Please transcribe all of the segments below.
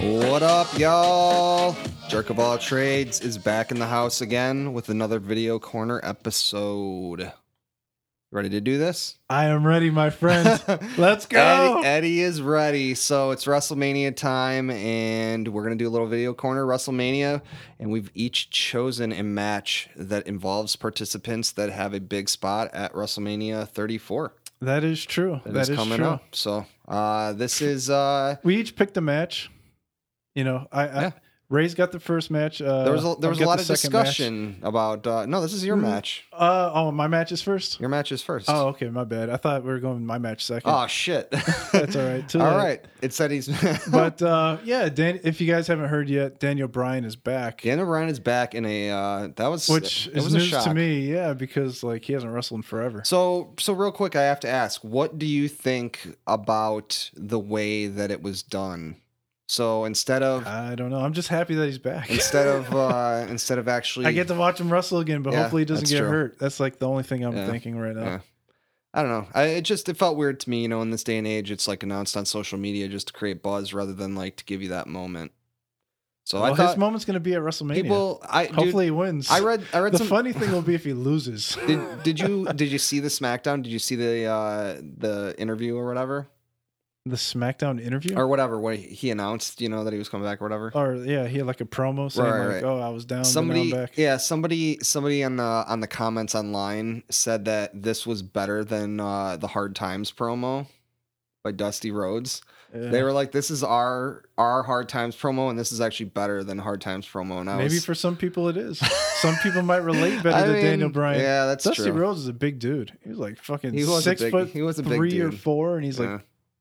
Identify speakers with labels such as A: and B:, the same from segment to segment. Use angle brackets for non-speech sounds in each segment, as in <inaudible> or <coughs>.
A: What up, y'all? Jerk of all trades is back in the house again with another video corner episode. Ready to do this?
B: I am ready, my friend. <laughs>
A: <laughs>
B: Let's go.
A: Eddie, Eddie is ready. So it's WrestleMania time, and we're gonna do a little video corner WrestleMania, and we've each chosen a match that involves participants that have a big spot at WrestleMania 34.
B: that is true.
A: That is, coming
B: true.
A: up. So uh, this is uh,
B: We each picked a match. You know, I,
A: Yeah.
B: I Ray's got the first match. Uh,
A: there was a, there
B: I'll
A: was a
B: get
A: lot
B: the
A: of
B: second match.
A: discussion about uh, no, this is your
B: Mm.
A: match.
B: Uh, oh, my match is first.
A: Your match is first.
B: Oh, okay, my bad. I thought we were going my match second.
A: Oh shit.
B: That's all
A: <laughs>
B: right. Too
A: All
B: late.
A: right. It said he's <laughs> but
B: <laughs> But uh, yeah, Dan, if you guys haven't heard yet, Daniel Bryan is back,
A: Daniel Bryan is back in a uh that was
B: which
A: it
B: is
A: was a
B: news
A: shock.
B: to me. Yeah, because like he hasn't wrestled in forever.
A: So so real quick I have to ask, what do you think about the way that it was done? So instead of
B: I don't know. I'm just happy that he's back.
A: instead of uh instead of actually
B: <laughs> I get to watch him wrestle again, but
A: Yeah,
B: hopefully he doesn't
A: that's
B: get
A: true.
B: hurt. That's like the only thing I'm
A: Yeah.
B: thinking right now.
A: Yeah. I don't know. I, it just it felt weird to me, you know, in this day and age, it's like announced on social media just to create buzz rather than like to give you that moment. So
B: well,
A: I thought
B: his moment's gonna be at WrestleMania.
A: people, I dude,
B: Hopefully he wins.
A: I read I read
B: the
A: some
B: funny thing will
A: <laughs>
B: be if he loses.
A: did did you did you see the SmackDown? Did you see the uh the interview or whatever
B: the SmackDown interview?
A: or whatever when he announced you know that he was coming back or whatever?
B: Or yeah, he had like a promo saying
A: Right,
B: like,
A: right.
B: "Oh, I was down,
A: somebody
B: but Oh, now I'm back."
A: yeah somebody somebody on the on the comments online said that this was better than uh the Hard Times promo by Dusty Rhodes.
B: Yeah.
A: They were like, this is our our Hard Times promo, and this is actually better than Hard Times promo. And I
B: Maybe
A: was,
B: for some people
A: <laughs>
B: it is. some people might relate better
A: I
B: to
A: mean,
B: Daniel Bryan.
A: Yeah, that's
B: Dusty
A: true.
B: Rhodes is a big dude. He was like fucking
A: He was a
B: six
A: big-
B: foot
A: he was a big
B: three or
A: dude.
B: four, and he's
A: Yeah.
B: like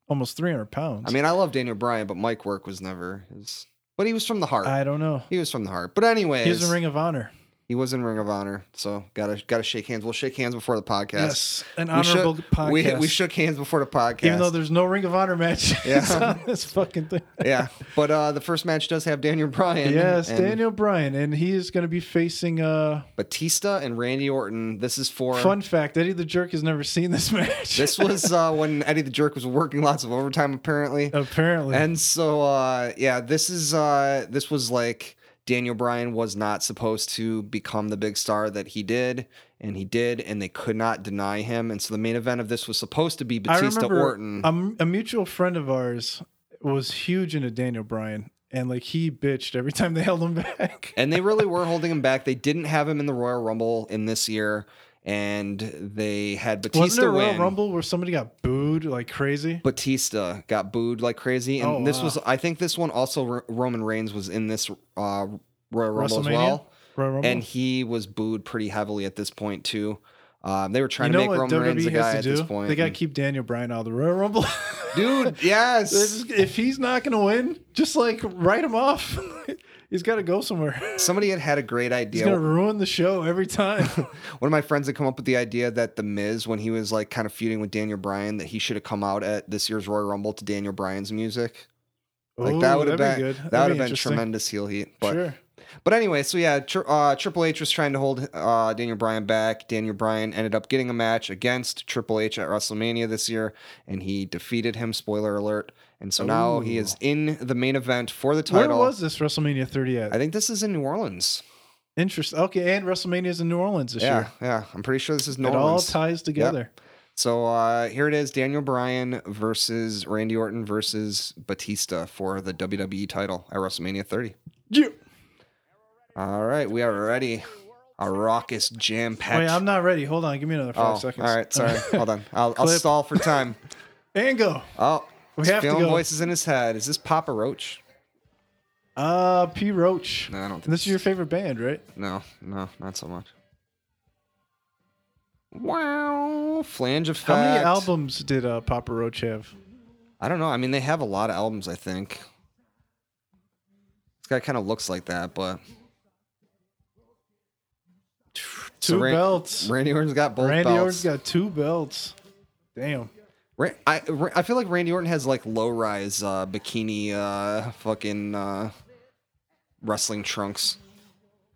B: almost three hundred pounds.
A: I mean, I love Daniel Bryan, but Mike Work was never his. But he was from the heart.
B: I don't know.
A: He was from the heart. But anyways,
B: He's in Ring of Honor.
A: he was in Ring of Honor, so gotta gotta shake hands. We'll shake hands before the podcast.
B: Yes, an
A: We shook-
B: honorable podcast.
A: We we <laughs> shook hands before the podcast.
B: Even though there's no Ring of Honor match
A: Yeah.
B: <laughs> on this fucking thing.
A: yeah, but uh, the first match does have Daniel Bryan.
B: yes,
A: and
B: Daniel Bryan, and he is going to be facing. Uh,
A: Batista and Randy Orton. This is for
B: fun fact: Eddie the Jerk has never seen this <laughs> match.
A: This was uh, when Eddie the Jerk was working lots of overtime apparently,
B: apparently.
A: and so uh, yeah, this is uh, this was like. Daniel Bryan was not supposed to become the big star that he did, and he did, and they could not deny him. And so the main event of this was supposed to be Batista Orton.
B: A, m- a mutual friend of ours was huge into Daniel Bryan, and like he bitched every time they held him back.
A: and they really were holding him back. They didn't have him in the Royal Rumble in this year, and they had Batista
B: <laughs> Wasn't there a Royal
A: win.
B: Rumble where somebody got booed like crazy?
A: Batista got booed like crazy, and
B: Oh,
A: this
B: wow.
A: was I think this one also Ro- Roman Reigns was in this uh, Royal Rumble as
B: WrestleMania?
A: well,
B: Royal Rumble.
A: and he was booed pretty heavily at this point too. Um, they were
B: you
A: trying
B: know
A: to make
B: what
A: Roman Reigns
B: WWE
A: a guy
B: has
A: at
B: to
A: this
B: do?
A: point.
B: They got to
A: and-
B: keep Daniel Bryan out of the Royal
A: <laughs>
B: Rumble. <laughs>
A: dude, yes.
B: It's- if he's not going to win, just like write him off. <laughs> he's got to go somewhere.
A: Somebody had had a great
B: He's
A: idea.
B: going to ruin the show every time.
A: One of my friends had come up with the idea that The Miz, when he was like kind of feuding with Daniel Bryan, that he should have come out at this year's Royal Rumble to Daniel Bryan's music. <laughs> Like that
B: Ooh,
A: would have been,
B: that'd be good.
A: that would
B: That'd be
A: have been
B: interesting.
A: tremendous heel heat. But
B: sure.
A: but anyway, so yeah, tri- uh, Triple H was trying to hold uh, Daniel Bryan back. Daniel Bryan ended up getting a match against Triple H at WrestleMania this year, and he defeated him. Spoiler alert! And so now he is in the main event for the
B: Where
A: title.
B: was this WrestleMania 30 at?
A: I think this is in New Orleans.
B: Interesting. Okay, and WrestleMania is in New Orleans this
A: yeah,
B: year.
A: yeah, I'm pretty sure this is New
B: it all
A: Orleans.
B: ties together.
A: So uh, here it is: Daniel Bryan versus Randy Orton versus Batista for the WWE title at WrestleMania 30. All right, we are ready. A raucous, jam-packed.
B: Wait, I'm not ready. Hold on. Give me another
A: oh,
B: five seconds.
A: all right.
B: <laughs>
A: Sorry. Hold on. I'll, I'll
B: Clip.
A: stall for
B: <laughs>
A: time.
B: and go.
A: Oh,
B: We
A: he's
B: have to
A: feeling
B: go.
A: voices in his head. Is this Papa Roach?
B: Uh, P. Roach.
A: No, I don't think.
B: This is your favorite band, right?
A: No, no, not so much. Wow, flange effect.
B: How many albums did uh, Papa Roach have?
A: I don't know. I mean, they have a lot of albums, I think. This guy kind of looks like that, but
B: Two
A: Ran-
B: belts.
A: Randy Orton's got both
B: Randy
A: belts.
B: Orton's got two belts. Damn.
A: Ra- I Ra- I feel like Randy Orton has like low rise uh, bikini uh, fucking uh, wrestling trunks.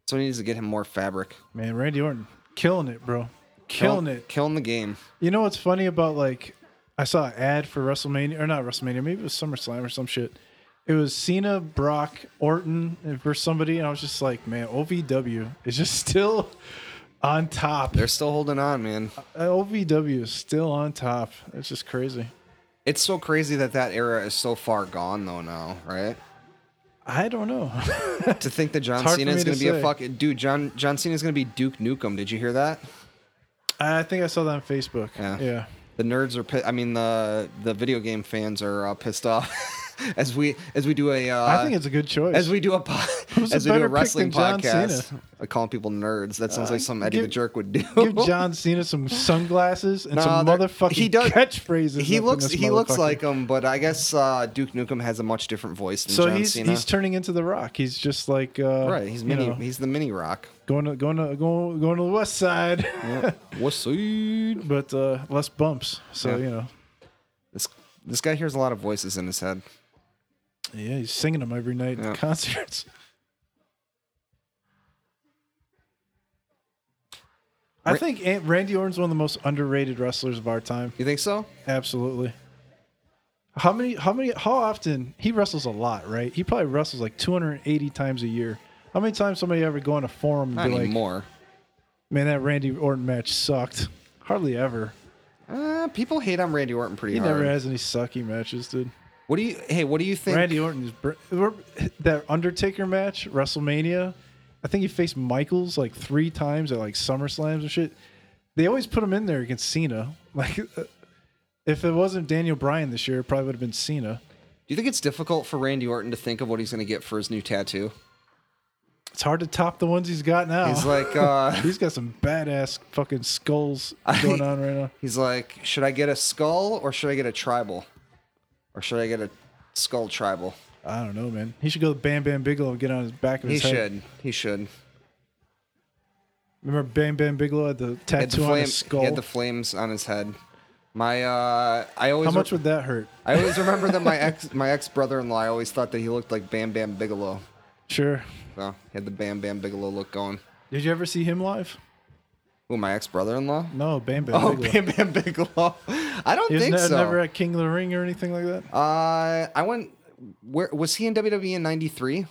A: So he needs to get him more fabric.
B: Man, Randy Orton killing it, bro.
A: Kill-
B: Killing it.
A: killing the game.
B: You know what's funny about like I saw an ad for WrestleMania or not WrestleMania, maybe it was SummerSlam or some shit. It was Cena, Brock, Orton versus somebody, and I was just like, man, OVW is just <laughs> still on top.
A: They're still holding on, man.
B: Uh, OVW is still on top. It's just crazy.
A: It's so crazy that that era is so far gone though now,
B: <laughs>
A: right?
B: I don't know. <laughs>
A: to think that John
B: It's hard
A: Cena
B: for
A: is
B: me
A: going
B: to
A: to be a
B: say.
A: fucking dude. John John Cena is going to be Duke Nukem. Did you hear that?
B: I think I saw that on Facebook.
A: Yeah.
B: yeah.
A: The nerds are. pi- I mean the the video game fans are uh, pissed off <laughs> as we as we do a. Uh,
B: I think it's a good choice.
A: as we do a po-
B: Who's a
A: as we do a
B: better pick
A: wrestling
B: than John
A: podcast.
B: Cena?
A: I calling people nerds. That sounds
B: Uh,
A: like something Eddie the
B: give-
A: Jerk would do.
B: Give
A: <laughs>
B: John Cena some sunglasses and
A: No,
B: some
A: there-
B: motherfucking
A: he does-
B: catchphrases. up
A: he
B: in
A: looks
B: this
A: he looks
B: motherfucker.
A: like him, but I guess uh, Duke Nukem has a much different voice than
B: so
A: John
B: he's
A: Cena.
B: he's turning into the Rock. He's just like uh,
A: right, he's
B: you
A: mini.
B: know,
A: he's the mini
B: <laughs>
A: Rock.
B: going to going to going, going to the West Side,
A: What's this?
B: <laughs> but uh, less bumps. So
A: Yeah.
B: you know,
A: This guy hears a lot of voices in his head.
B: yeah, he's singing them every night
A: Yeah.
B: at concerts. <laughs> I
A: Ra-
B: think Aunt Randy Orton's one of the most underrated wrestlers of our time.
A: You think so?
B: Absolutely. How many? How many? How often he wrestles a lot, right? He probably wrestles like 280 times a year. How many times somebody ever go on a forum
A: Not
B: and be like,
A: anymore.
B: "Man, that Randy Orton match sucked." Hardly ever.
A: Uh, people hate on Randy Orton pretty
B: He
A: hard.
B: never has any sucky matches, dude.
A: What do you? Hey, what do you think?
B: Randy Orton is br- we're- that Undertaker match, WrestleMania. I think he faced Michaels like three times at like SummerSlams and shit. They always put him in there against Cena. <laughs> Like, uh, if it wasn't Daniel Bryan this year, it probably would have been Cena.
A: Do you think it's difficult for Randy Orton to think of what he's going to get for his new tattoo?
B: It's hard to top the ones he's got now. <laughs>
A: He's like, uh,
B: he's got some badass fucking skulls
A: I-
B: going on
A: <laughs>
B: right now.
A: he's like, should I get a skull or should I get a tribal, or should I get a skull tribal?
B: I don't know, man. He should go to Bam Bam Bigelow and get on his back of
A: He
B: his head.
A: should. He should.
B: Remember Bam Bam Bigelow had the
A: He had the
B: tattoo on
A: flame.
B: his skull.
A: He had the flames on his head. My, uh, I always.
B: How much
A: re-
B: would that hurt?
A: I always remember that my ex, my ex brother in law, I always thought that he looked like Bam Bam Bigelow.
B: Sure.
A: So he had the Bam Bam Bigelow look going.
B: Did you ever see him live?
A: Who, my ex brother in law?
B: No, Bam Bam
A: Oh,
B: Bigelow.
A: Bam <laughs> Bam Bigelow. I don't
B: he was
A: think
B: ne-
A: so.
B: never at King of the Ring or anything like that.
A: Uh, I went. Where was he in WWE in '93?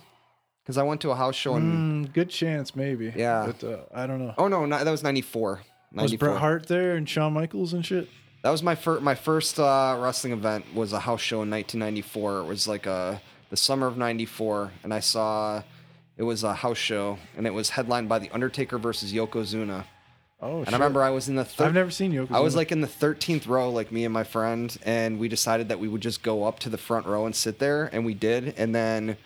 A: Because I went to a house show in.
B: Hmm, good chance, maybe.
A: Um, Yeah.
B: But uh, I don't know.
A: Oh no, no, that was '94.
B: Was Bret
A: '94.
B: Hart there and Shawn Michaels and shit?
A: That was my first. My first uh, wrestling event was a house show in 1994. It was like uh the summer of '94, and I saw. It was a house show, and it was headlined by The Undertaker versus Yokozuna.
B: Oh,
A: And I remember I was in the. Thir-
B: I've never seen Yokozuna.
A: I was like in the 13th row, like me and my friend, and we decided that we would just go up to the front row and sit there, and we did. And then,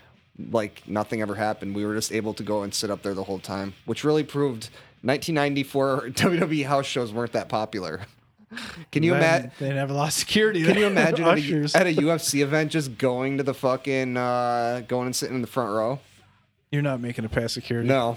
A: like, nothing ever happened. We were just able to go and sit up there the whole time, which really proved <laughs> 1994 WWE E house shows weren't that popular. <laughs> Can you imagine?
B: They never lost security.
A: Can you imagine at
B: Ushers.
A: a, at a UFC event just going to the fucking uh, going and sitting in the front row?
B: You're not making it past security. <laughs>
A: No.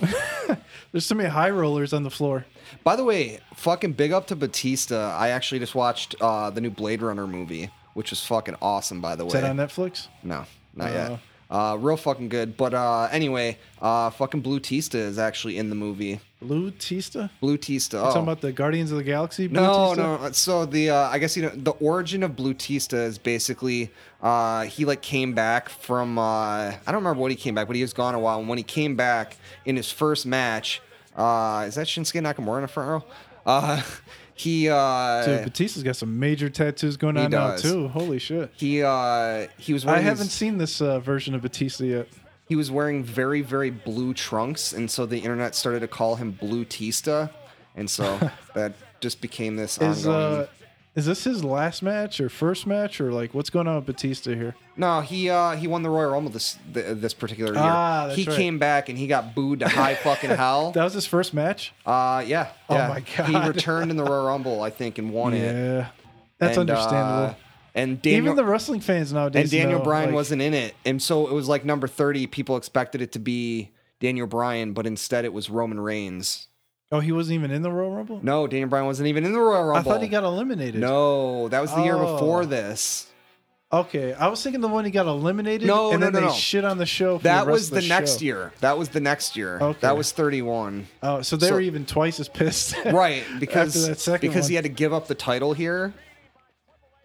B: There's so many high rollers on the floor.
A: By the way, fucking big up to Batista. I actually just watched uh, the new Blade Runner movie, which was fucking awesome. By the way,
B: Is that on Netflix?
A: No, not
B: Oh.
A: yet. Uh, real fucking good. But uh, anyway, uh, fucking Blue Tista is actually in the movie.
B: Blue Tista?
A: Blue Tista. Oh.
B: Talking about the Guardians of the Galaxy? Blue
A: no,
B: Tista?
A: no. So the uh, I guess you know the origin of Blue Tista is basically uh, he like came back from uh, I don't remember what he came back, but he was gone a while. And when he came back in his first match, uh, is that Shinsuke Nakamura in the front row? Uh, <laughs> he uh,
B: Dude, Batista's got some major tattoos going on now,
A: does.
B: too. Holy shit.
A: he uh, he was. one
B: I
A: of these-
B: haven't seen this uh, version of Batista yet.
A: he was wearing very very blue trunks and so the internet started to call him blue tista and so
B: <laughs>
A: that just became this
B: Is,
A: ongoing
B: uh, is this his last match or first match or like what's going on with Batista here?
A: no he uh he won the royal rumble this th- this particular year
B: Ah, that's
A: he
B: right.
A: came back and he got booed to high
B: <laughs>
A: fucking hell
B: That was his first match?
A: uh yeah,
B: Oh
A: yeah.
B: my
A: he
B: God.
A: returned in the royal rumble i think and won it
B: Yeah. That's
A: And, uh,
B: understandable.
A: and Daniel,
B: Even the wrestling fans nowadays.
A: and Daniel
B: know,
A: Bryan
B: like,
A: wasn't in it. And so it was like number 30. People expected it to be Daniel Bryan, but instead it was Roman Reigns.
B: Oh, he wasn't even in the Royal Rumble.
A: No, Daniel Bryan wasn't even in the Royal Rumble.
B: I thought he got eliminated.
A: No, that was the year
B: Oh.
A: before this.
B: Okay, I was thinking the one he got eliminated.
A: No,
B: and
A: no,
B: then
A: no,
B: they
A: no.
B: shit on the show. For
A: That
B: the rest
A: was
B: of
A: the, next
B: show.
A: year. That was the next year.
B: Okay.
A: That was 31.
B: Oh, so they
A: So-
B: were even twice as pissed. <laughs>
A: Right, because
B: that second
A: because he
B: one.
A: had to give up the title here.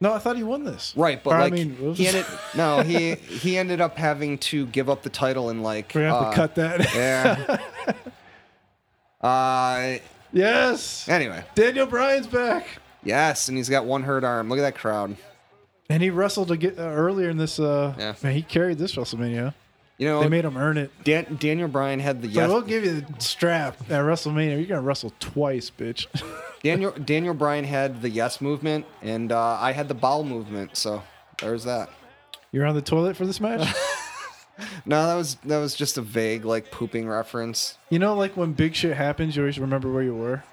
B: no, I thought he won this.
A: Right, but
B: Or,
A: like
B: I mean, whoops.
A: he ended no, he he ended up having to give up the title in like
B: <laughs> we have
A: uh,
B: to cut that.
A: Yeah. uh
B: <laughs> yes,
A: anyway.
B: Daniel Bryan's back,
A: Yes, and he's got one hurt arm. Look at that crowd.
B: and he wrestled again, uh, earlier in this. Uh,
A: Yeah.
B: man, he carried this WrestleMania.
A: You know,
B: They made him earn it.
A: Dan- Daniel Bryan had the
B: So
A: yes.
B: we'll give you the strap at WrestleMania. You're gonna wrestle twice, bitch. <laughs>
A: Daniel Daniel Bryan had the yes movement, and uh, I had the bowel movement. So there's that.
B: You're on the toilet for
A: <laughs>
B: this match.
A: No, that was that was just a vague like pooping reference.
B: You know, like when big shit happens, you always remember where you were.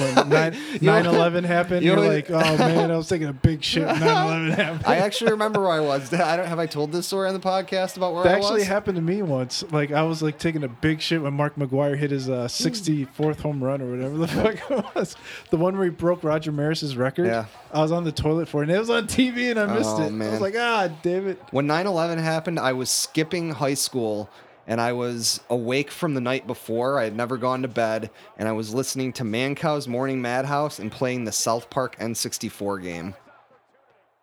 A: <laughs>
B: when 9
A: You know-
B: 11 happened,
A: you
B: you're
A: know-
B: like, oh man, I was taking a
A: <laughs>
B: big shit when 9 11 happened.
A: I actually remember where I was. <laughs> I don't have I told this story on the podcast about where
B: that
A: I was.
B: actually happened to me once. Like I was like taking a big shit when Mark McGuire hit his
A: Hmm.
B: uh, 64th home run or whatever the <laughs> fuck it was. The one where he broke Roger Maris's record.
A: Yeah.
B: I was on the toilet for it, and it was on TV, and I missed
A: Oh,
B: it. I
A: man.
B: was like, ah, damn it.
A: When 9 11 happened, I was skipping high school and I was awake from the night before. I had never gone to bed and I was listening to Man Cow's Morning Madhouse and playing the South Park N64 game.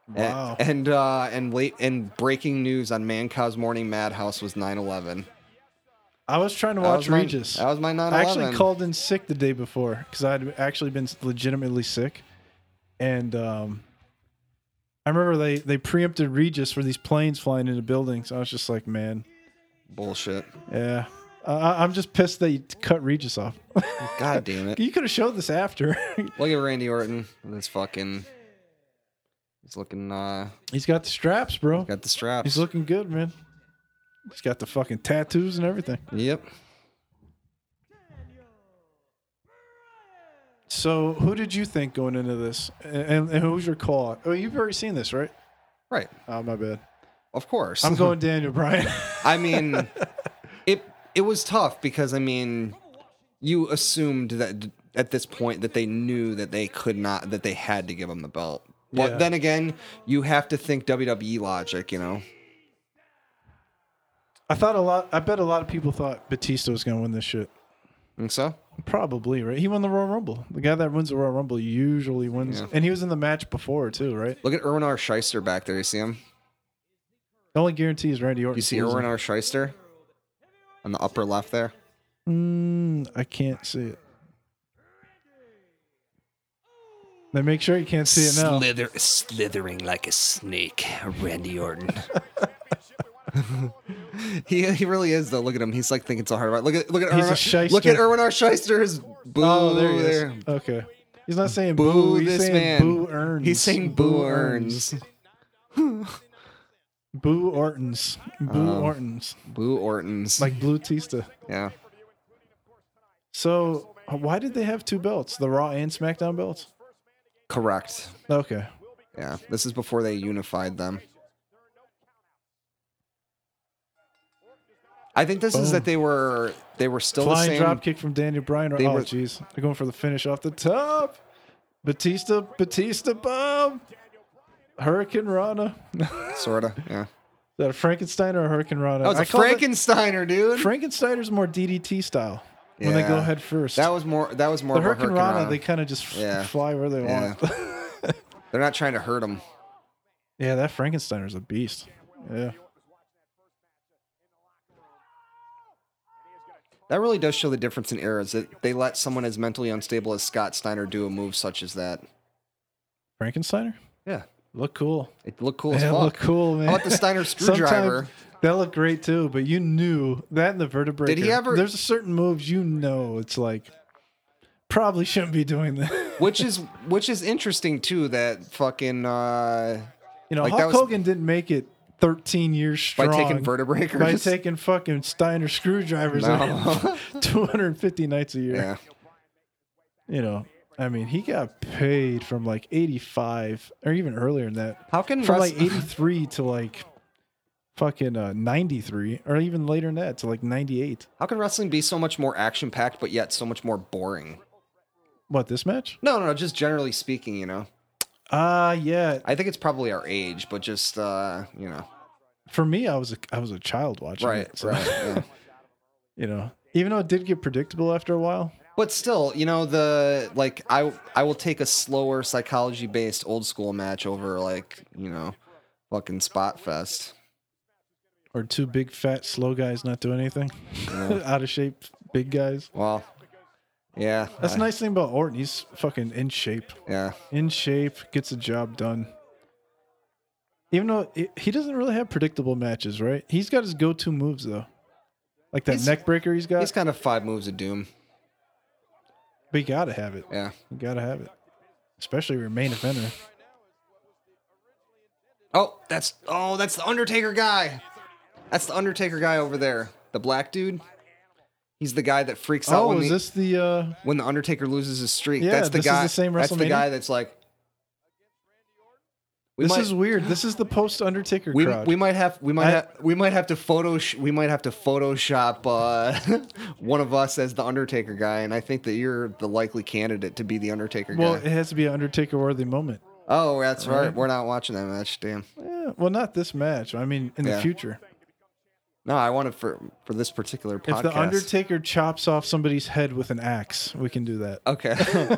A: And-
B: Wow.
A: And uh, and late and breaking news on Man Cow's Morning Madhouse was 9 11.
B: I was trying to watch Regis.
A: That was my 9
B: I
A: 11.
B: actually called in sick the day before because I had actually been legitimately sick, and um, I remember they they preempted Regis for these planes flying into buildings. I was just like, man,
A: Bullshit.
B: yeah, I- I, I'm just pissed they cut Regis off. <laughs>
A: God damn it.
B: you could have showed this after. <laughs>
A: Look at Randy Orton. That's fucking. He's looking. uh
B: He's got the straps, bro.
A: Got the straps.
B: He's looking good, man. He's got the fucking tattoos and everything.
A: Yep.
B: So, who did you think going into this, and, and who's your call? Oh, you've already seen this, right?
A: Right.
B: Oh, my bad.
A: Of course. <laughs>
B: I'm going Daniel Bryan. <laughs>
A: I mean, it it was tough because I mean, you assumed that at this point that they knew that they could not that they had to give him the belt. But
B: Yeah.
A: then again, you have to think WWE logic, you know.
B: I thought a lot. I bet a lot of people thought Batista was going to win this shit.
A: Think so?
B: Probably right. He won the Royal Rumble. The guy that wins the Royal Rumble usually wins,
A: Yeah.
B: and he was in the match before too, right?
A: Look at Erwin R. Scheister back there. You see him?
B: The only guarantee is Randy Orton.
A: You see
B: losing.
A: Erwin R. Scheister on the upper left there?
B: Mm, I can't see it. Then make sure you can't see it now.
A: Slither, slithering like a snake, Randy Orton. <laughs> he he really is though. Look at him. He's like thinking so hard about. It. Look at look at
B: He's a
A: Erwin,
B: shyster.
A: look at Erwin R. Scheister's boo
B: Oh, there he
A: there.
B: is. Okay. He's not saying
A: Boo
B: boo. He's
A: this
B: saying
A: man.
B: boo earns.
A: He's saying boo earns.
B: Boo Ortons. Boo
A: Um,
B: Ortons.
A: Boo Ortons.
B: Like Blue Tista.
A: yeah.
B: So uh, why did they have two belts? The Raw and SmackDown belts?
A: Correct.
B: Okay.
A: Yeah. This is before they unified them. I think this is
B: Boom.
A: that they were they were still
B: Oh. Flying
A: the same.
B: drop kick from Daniel Bryan. Or,
A: They
B: oh,
A: were-
B: jeez. They're going for the finish off the top. Batista, Batista bomb. Hurricane Rana. Is
A: Sorta. Yeah.
B: that a Frankenstein or a Hurricane Rana?
A: That was
B: I
A: a
B: call it-
A: Frankensteiner, dude.
B: Frankensteiner's more DDT style. When they go
A: Yeah.
B: head first.
A: that was more. That was more.
B: the
A: of a
B: Hurricane
A: Hurricane
B: Rana,
A: Rana.
B: they kind of just f-
A: Yeah.
B: fly where they
A: Yeah.
B: want. <laughs>
A: They're not trying to hurt him.
B: yeah, that Frankensteiner's a beast. Yeah.
A: That really does show the difference in eras. That they let someone as mentally unstable as Scott Steiner do a move such as that.
B: Frankensteiner?
A: Yeah,
B: Look cool.
A: it looked cool as
B: Yeah,
A: fuck.
B: look cool, man.
A: How about the Steiner
B: <laughs> Sometimes
A: screwdriver?
B: That looked great too, but you knew that in the vertebrae.
A: Did he ever-
B: There's a certain moves you know it's like probably shouldn't be doing that. <laughs>
A: which is which is interesting too. That fucking uh,
B: You know,
A: Like, that
B: Hulk
A: was-
B: Hogan didn't make it 13 years
A: by
B: strong
A: taking vertebrae breakers.
B: by taking fucking Steiner screwdrivers
A: No.
B: <laughs> 250 nights a year.
A: yeah,
B: You know, I mean, he got paid from like 85 or even earlier than that.
A: how can
B: from
A: wrest-
B: like 83 to like fucking uh, 93 or even later than that to like 98
A: how can wrestling be so much more action packed but yet so much more boring?
B: What this match?
A: No, no, no. Just generally speaking, you know, Uh,
B: Ah, yeah.
A: I think it's probably our age, but just uh, you know,
B: For me, I was a, I was a child watching
A: right,
B: it. so,
A: right. yeah.
B: <laughs> you know, even though it did get predictable after a while.
A: But still, you know, the like I I will take a slower psychology based old school match over like you know, fucking spot fest.
B: Or two big fat slow guys not doing anything,
A: Yeah.
B: <laughs> out of shape big guys.
A: Well, yeah,
B: That's
A: I-
B: the nice thing about Orton. He's fucking in shape.
A: Yeah,
B: In shape, gets the job done. Even though it, he doesn't really have predictable matches, right? He's got his go-to moves though, like that
A: He's-
B: neck breaker he's got.
A: he's kind of five moves of doom.
B: but you gotta have it.
A: Yeah.
B: You gotta have it, especially if you're a main eventer.
A: Oh, that's oh, that's the Undertaker guy. That's the Undertaker guy over there, the black dude. He's the guy that freaks out
B: Oh,
A: when
B: is
A: the,
B: this the? uh
A: when the Undertaker loses his streak.
B: Yeah,
A: that's the
B: this is
A: guy.
B: the same
A: that's the
B: WrestleMania?
A: guy that's like. We
B: This
A: might,
B: is weird. This is the post Undertaker
A: <gasps> we,
B: crowd.
A: we might have we might
B: I-
A: have we might have to photo we might have to Photoshop uh, <laughs> one of us as the Undertaker guy, and I think that you're the likely candidate to be the Undertaker
B: well,
A: guy.
B: it has to be an Undertaker worthy moment.
A: Oh, that's
B: All right.
A: right. We're not watching that match. Damn.
B: Yeah, well, not this match. I mean, in
A: Yeah.
B: the future,
A: No, I want it for for this particular podcast.
B: if the Undertaker chops off somebody's head with an axe, we can do
A: Uh,
B: that. <laughs>
A: okay.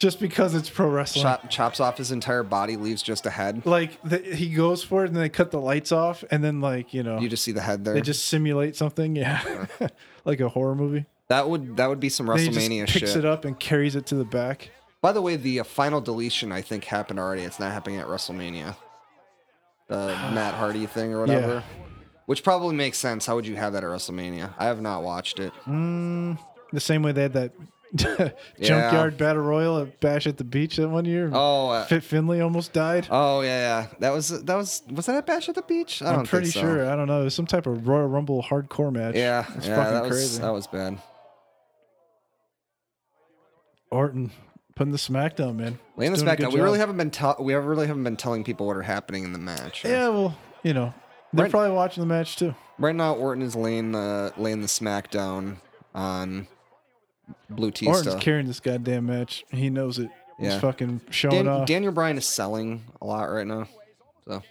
B: Just because it's pro wrestling.
A: Chop, chops off his entire body, leaves just a head.
B: Like the, he goes for it, and they cut the lights off, and then like you know
A: You just see the head there.
B: they just simulate something, yeah, <laughs> like a horror movie.
A: that would that would be some
B: Then he just
A: WrestleMania
B: picks
A: shit.
B: it up and carries it to the back.
A: By the way, the uh, final deletion I think happened already. It's not happening at WrestleMania.
B: <sighs>
A: The Matt Hardy thing or
B: Yeah.
A: whatever. Which probably makes sense. How would you have that at WrestleMania? I have not watched it.
B: Mm, the same way they had that <laughs> junkyard battle royal at Bash at the Beach that one year.
A: Oh, uh,
B: Fit Finley almost died.
A: oh yeah, yeah. That was that was was that at Bash at the Beach? I don't
B: I'm pretty
A: think so.
B: sure. I don't know. It was some type of Royal Rumble hardcore match.
A: Yeah,
B: it's
A: yeah,
B: fucking
A: that was
B: crazy.
A: that was bad.
B: Orton putting the SmackDown man.
A: Laying this
B: doing a
A: back
B: good
A: down. We really
B: job.
A: haven't been tell we really haven't been telling people what are happening in the match.
B: Yeah, well, you know, they're
A: Right-
B: probably watching the match too.
A: Right now, Orton is laying the laying the smack down on
B: Orton's
A: Blutista.
B: carrying this goddamn match. He knows it.
A: Yeah.
B: He's fucking showing
A: Dan,
B: off.
A: Daniel Bryan is selling a lot right now. So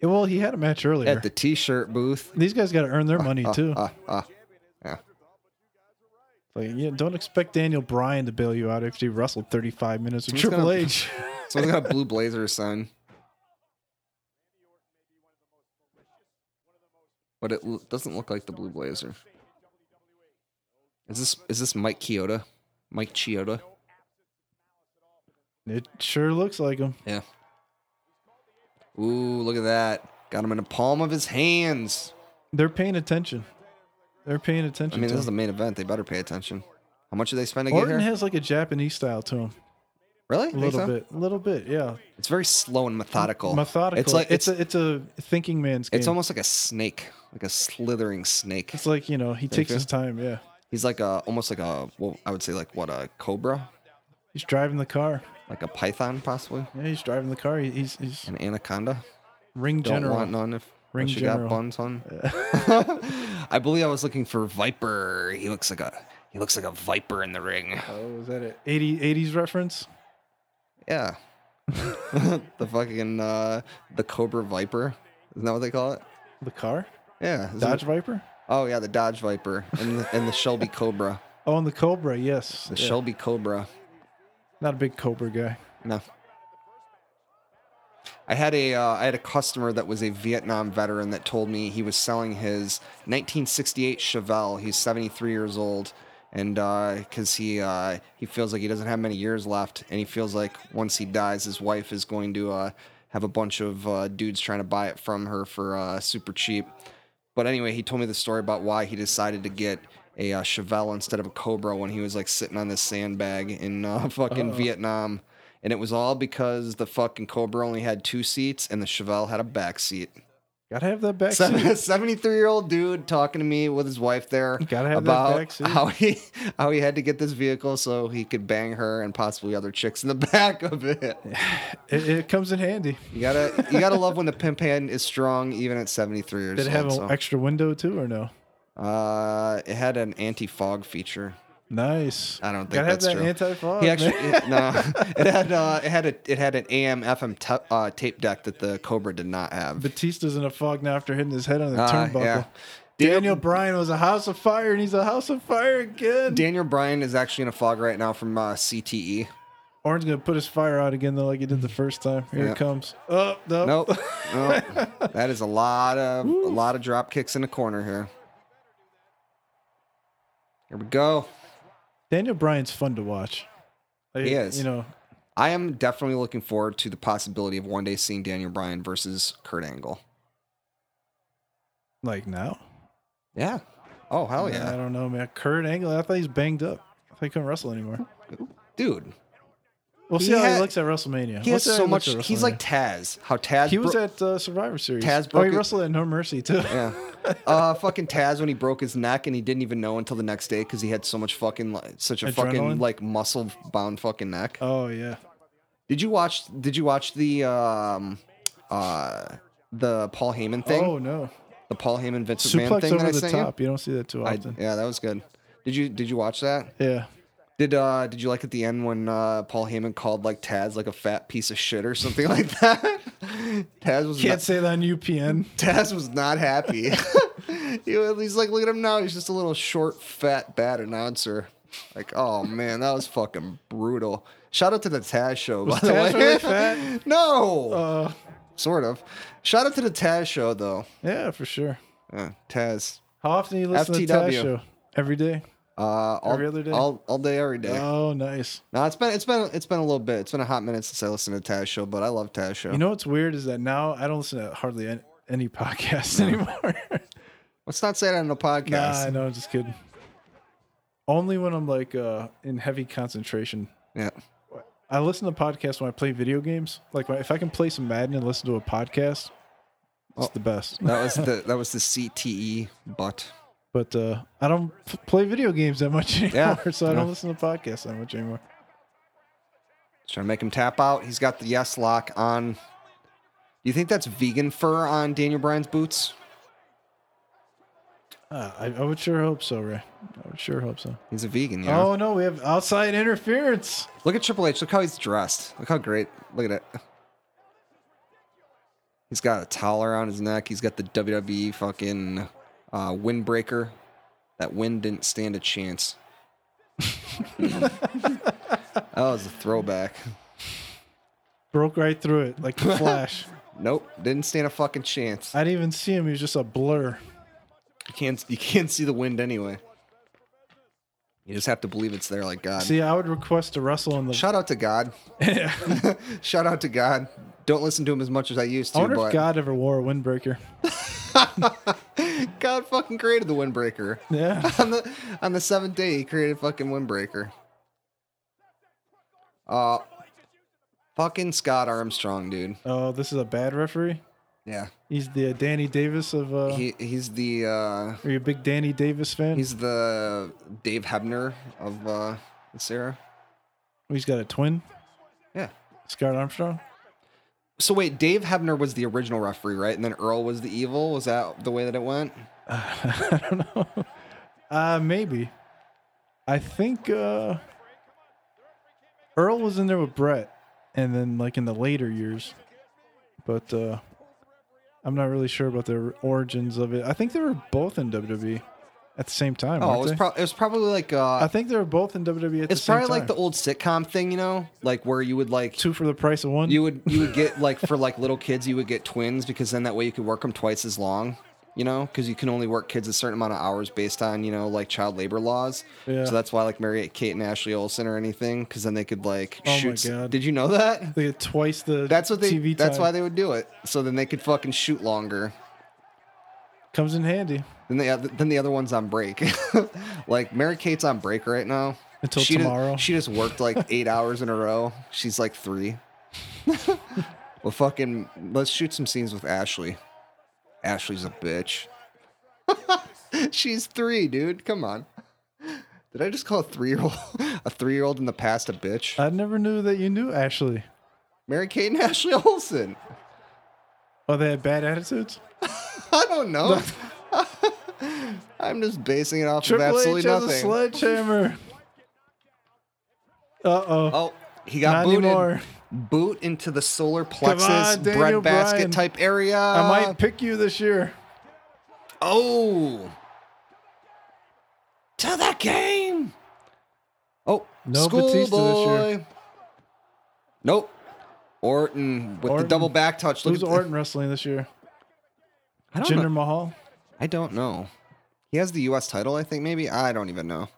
B: Yeah, well, he had a match earlier.
A: at the T-shirt booth,
B: These guys got to earn their money
A: Ah,
B: too.
A: ah, ah. yeah,
B: like, yeah, don't expect Daniel Bryan to bail you out after you wrestled 35 minutes with
A: He's
B: Triple
A: gonna-
B: H. <laughs>
A: someone's got a blue blazer, son. But it l- doesn't look like the blue blazer. Is this is this Mike Chioda? Mike Chioda?
B: it sure looks like him.
A: Yeah. Ooh, look at that! Got him in the palm of his hands.
B: They're paying attention. They're paying
A: I
B: attention.
A: mean,
B: to
A: this is the
B: him.
A: main event. They better pay attention. How much do they spend to get
B: Orton
A: here?
B: has like a Japanese style to him.
A: really?
B: A
A: Think
B: little
A: so?
B: bit, a little bit, yeah.
A: It's very slow and methodical.
B: Methodical.
A: It's like it's
B: it's, a it's a thinking man's game.
A: it's almost like a snake, like a slithering snake.
B: It's like you know he takes
A: you.
B: his time. Yeah,
A: He's like a almost like a well, I would say like what a cobra,
B: he's driving the car.
A: like a python possibly,
B: Yeah, he's driving the car. He, he's he's
A: an anaconda.
B: ring
A: Don't
B: general.
A: want none if
B: Ring
A: she got
B: general.
A: buns on. <laughs> I believe I was looking for viper. He looks like a he looks like a viper in the ring.
B: Oh, is that it? 80, 80s reference. <laughs>
A: Yeah. the fucking uh the cobra viper. Isn't that what they call it?
B: The car,
A: Yeah. isn't
B: Dodge Viper.
A: Oh yeah, the Dodge Viper and the, and the Shelby Cobra.
B: Oh, and the Cobra. Yes,
A: The
B: Yeah.
A: Shelby Cobra.
B: Not a big Cobra guy.
A: No. I had a uh, I had a customer that was a Vietnam veteran that told me he was selling his 1968 Chevelle. He's 73 years old, and because he uh, he feels like he doesn't have many years left, and he feels like once he dies, his wife is going to uh, have a bunch of uh, dudes trying to buy it from her for uh, super cheap. But anyway, he told me the story about why he decided to get a uh, Chevelle instead of a Cobra when he was like sitting on this sandbag in uh, <laughs> fucking
B: Oh.
A: Vietnam. And it was all because the fucking Cobra only had two seats and the Chevelle had a back seat.
B: Gotta have
A: <laughs>
B: that back seat.
A: 73 year old dude talking to me with his wife there
B: Gotta have that
A: about
B: back seat.
A: how he <laughs> how he had to get this vehicle so he could bang her and possibly other chicks in the <laughs> back of it.
B: It, it comes
A: <laughs>
B: in handy.
A: You gotta you gotta love when the pimp hand is strong even at 73 years
B: Did it
A: old.
B: have an
A: so.
B: extra window too, or no?
A: Uh, it had an anti fog feature.
B: Nice.
A: I don't think
B: Gotta have
A: that's
B: that
A: true.
B: anti-fog.
A: He
B: man.
A: actually <laughs> it- no. It had uh, it had a it had an AM FM ta- uh, tape deck that the Cobra did not have.
B: Batista's in a fog now after hitting his head on the
A: Uh,
B: turnbuckle.
A: yeah.
B: Daniel, Bryan was a house of fire, and he's a house of fire again.
A: Daniel Bryan is actually in a fog right now from uh, CTE.
B: Orange gonna put his fire out again though, like he did the first time. Here
A: Yeah.
B: it comes. Oh no.
A: Nope. nope. <laughs> That is a lot of a lot of drop kicks in the corner here. Here we go.
B: Daniel Bryan's fun to watch. Like,
A: He is.
B: You know,
A: I am definitely looking forward to the possibility of one day seeing Daniel Bryan versus Kurt Angle.
B: like now.
A: Yeah. Oh hell
B: I
A: yeah,
B: don't know, man. Kurt Angle. I thought he's banged up. I thought he couldn't wrestle anymore.
A: dude.
B: We'll
A: He
B: see how
A: had-
B: he looks at WrestleMania.
A: He
B: We'll
A: has
B: see how
A: so
B: looks
A: much.
B: at
A: He's
B: WrestleMania.
A: like Taz. How Taz.
B: he was
A: bro-
B: at uh, Survivor Series.
A: Taz
B: oh, he
A: broke it-
B: wrestled at No Mercy too.
A: <laughs> Yeah. Uh, fucking Taz when he broke his neck and he didn't even know until the next day because he had so much fucking like, such a fucking
B: Adrenaline?
A: like muscle bound fucking neck.
B: <laughs> Oh yeah.
A: Did you watch? Did you watch the um, uh, the Paul Heyman thing?
B: Oh no.
A: The Paul Heyman Vince McMahon
B: Suplex
A: thing that I
B: over the
A: sent
B: top. You? don't see that too
A: you. I,
B: often.
A: yeah, that was good. Did you Did you watch that? <laughs>
B: yeah.
A: Did uh Did you like at the end when uh Paul Heyman called like Taz like a fat piece of shit or something <laughs> like that? Taz was
B: Can't
A: not,
B: say that on UPN.
A: Taz was not happy. <laughs> he was, he's like, look at him now. He's just a little short, fat, bad announcer. Like, oh man, that was fucking brutal. Shout out to the Taz show. by the
B: Taz
A: way.
B: really
A: <laughs>
B: fat?
A: no,
B: Uh,
A: sort of. Shout out to the Taz show though.
B: yeah, for sure.
A: Uh, Taz,
B: How often do you listen to the Taz
A: FTW.
B: show? Every day.
A: uh, all,
B: Every other day?
A: all all day, every day.
B: Oh, nice.
A: no, it's been it's been it's been a little bit. It's been a hot minute since I listened to Taz show, but I love Taz show.
B: You know what's weird is that now I don't listen to hardly any, any <laughs> podcasts anymore.
A: Let's not say that on the
B: nah,
A: podcast.
B: no, I'm just kidding. Only when I'm like uh, in heavy concentration.
A: yeah.
B: I listen to podcasts when I play video games. Like when, if I can play some Madden and listen to a podcast, it's
A: Oh.
B: the best.
A: That was the that was the CTE butt.
B: But uh, I don't f- play video games that much <laughs>
A: Yeah,
B: anymore, so I
A: no.
B: don't listen to podcasts that much anymore.
A: Trying to make him tap out. He's got the yes lock on. Do you think that's vegan fur on Daniel Bryan's boots? Ah,
B: Uh, I, I would sure hope so, Ray. I would sure hope so.
A: He's a vegan, yeah.
B: Oh no, we have outside interference.
A: Look at Triple H. Look how he's dressed. Look how great. Look at it. He's got a towel around his neck. He's got the WWE fucking uh, windbreaker. That wind didn't stand a chance. <laughs> that was a throwback.
B: Broke right through it
A: <laughs>
B: like the flash.
A: Nope, didn't stand a fucking chance.
B: I didn't even see him. He was just a blur.
A: You can't you can't see the wind anyway. You just have to believe it's there, like God.
B: See, I would request to wrestle in the. <laughs>
A: Shout out to God. <laughs> Shout out to God. Don't listen to him as much as I used to,
B: I wonder if
A: but God...
B: God ever wore a windbreaker.
A: <laughs> fucking created the windbreaker. <laughs>
B: Yeah.
A: on the on the seventh day, he created fucking windbreaker. Uh, fucking Scott Armstrong, dude.
B: Oh, this is a bad referee.
A: Yeah,
B: He's the Danny Davis of. Uh,
A: he he's the uh,
B: are you a big Danny Davis fan?
A: he's the Dave Hebner of uh, Sarah.
B: he's got a twin,
A: Yeah.
B: Scott Armstrong.
A: So wait, Dave Hebner was the original referee, right? And then Earl was the evil. Was that the way that it went?
B: I don't know. Uh, maybe. I think uh, Earl was in there with Brett, and then like in the later years, but uh, I'm not really sure about the origins of it. I think they were both in WWE at the same time.
A: Oh,
B: weren't
A: it was,
B: they?
A: pro- it was probably like uh,
B: I think they were both in WWE at the
A: it's
B: same time.
A: probably like the old sitcom thing, you know, like where you would like
B: two for the price of one.
A: you would you would get like for like little kids you would get twins because then that way you could work them twice as long, you know, because you can only work kids a certain amount of hours based on you know like child labor laws.
B: Yeah.
A: So that's why like Mary Kate and Ashley Olsen or anything because then they could like
B: Oh my
A: shoot. s-
B: God.
A: Did you know that?
B: they get twice the
A: That's what they.
B: TV
A: that's
B: time.
A: why they would do it. So then they could fucking shoot longer.
B: comes in handy
A: Then the other, then the other one's on break. <laughs> like Mary Kate's on break right now.
B: Until
A: she ju-
B: tomorrow.
A: she just worked
B: <laughs>
A: like eight hours in a row. She's like three. <laughs> well, fucking, let's shoot some scenes with Ashley. Ashley's a bitch. <laughs> She's three, dude. Come on. Did I just call a three year old <laughs> a three year old in the past a bitch?
B: I never knew that you knew Ashley.
A: Mary Kate and Ashley Olsen. <laughs>
B: Oh, they had bad attitudes.
A: I don't know. <laughs> I'm just basing it off of
B: Triple
A: absolutely
B: H has
A: nothing.
B: a sledgehammer. Uh oh.
A: Oh, he got
B: Not
A: booted.
B: anymore.
A: Boot into the solar plexus
B: on, Daniel Bryan.
A: breadbasket type area.
B: I might pick you this year.
A: Oh. To the game. Oh,
B: No
A: schoolboy.
B: Batista this year.
A: Nope. Orton with
B: Orton.
A: the double back touch. Look
B: Who's
A: at the-
B: Orton wrestling this year?
A: I don't
B: Jinder
A: know.
B: Mahal.
A: I don't know. He has the U.S. title, I think. Maybe I don't even know.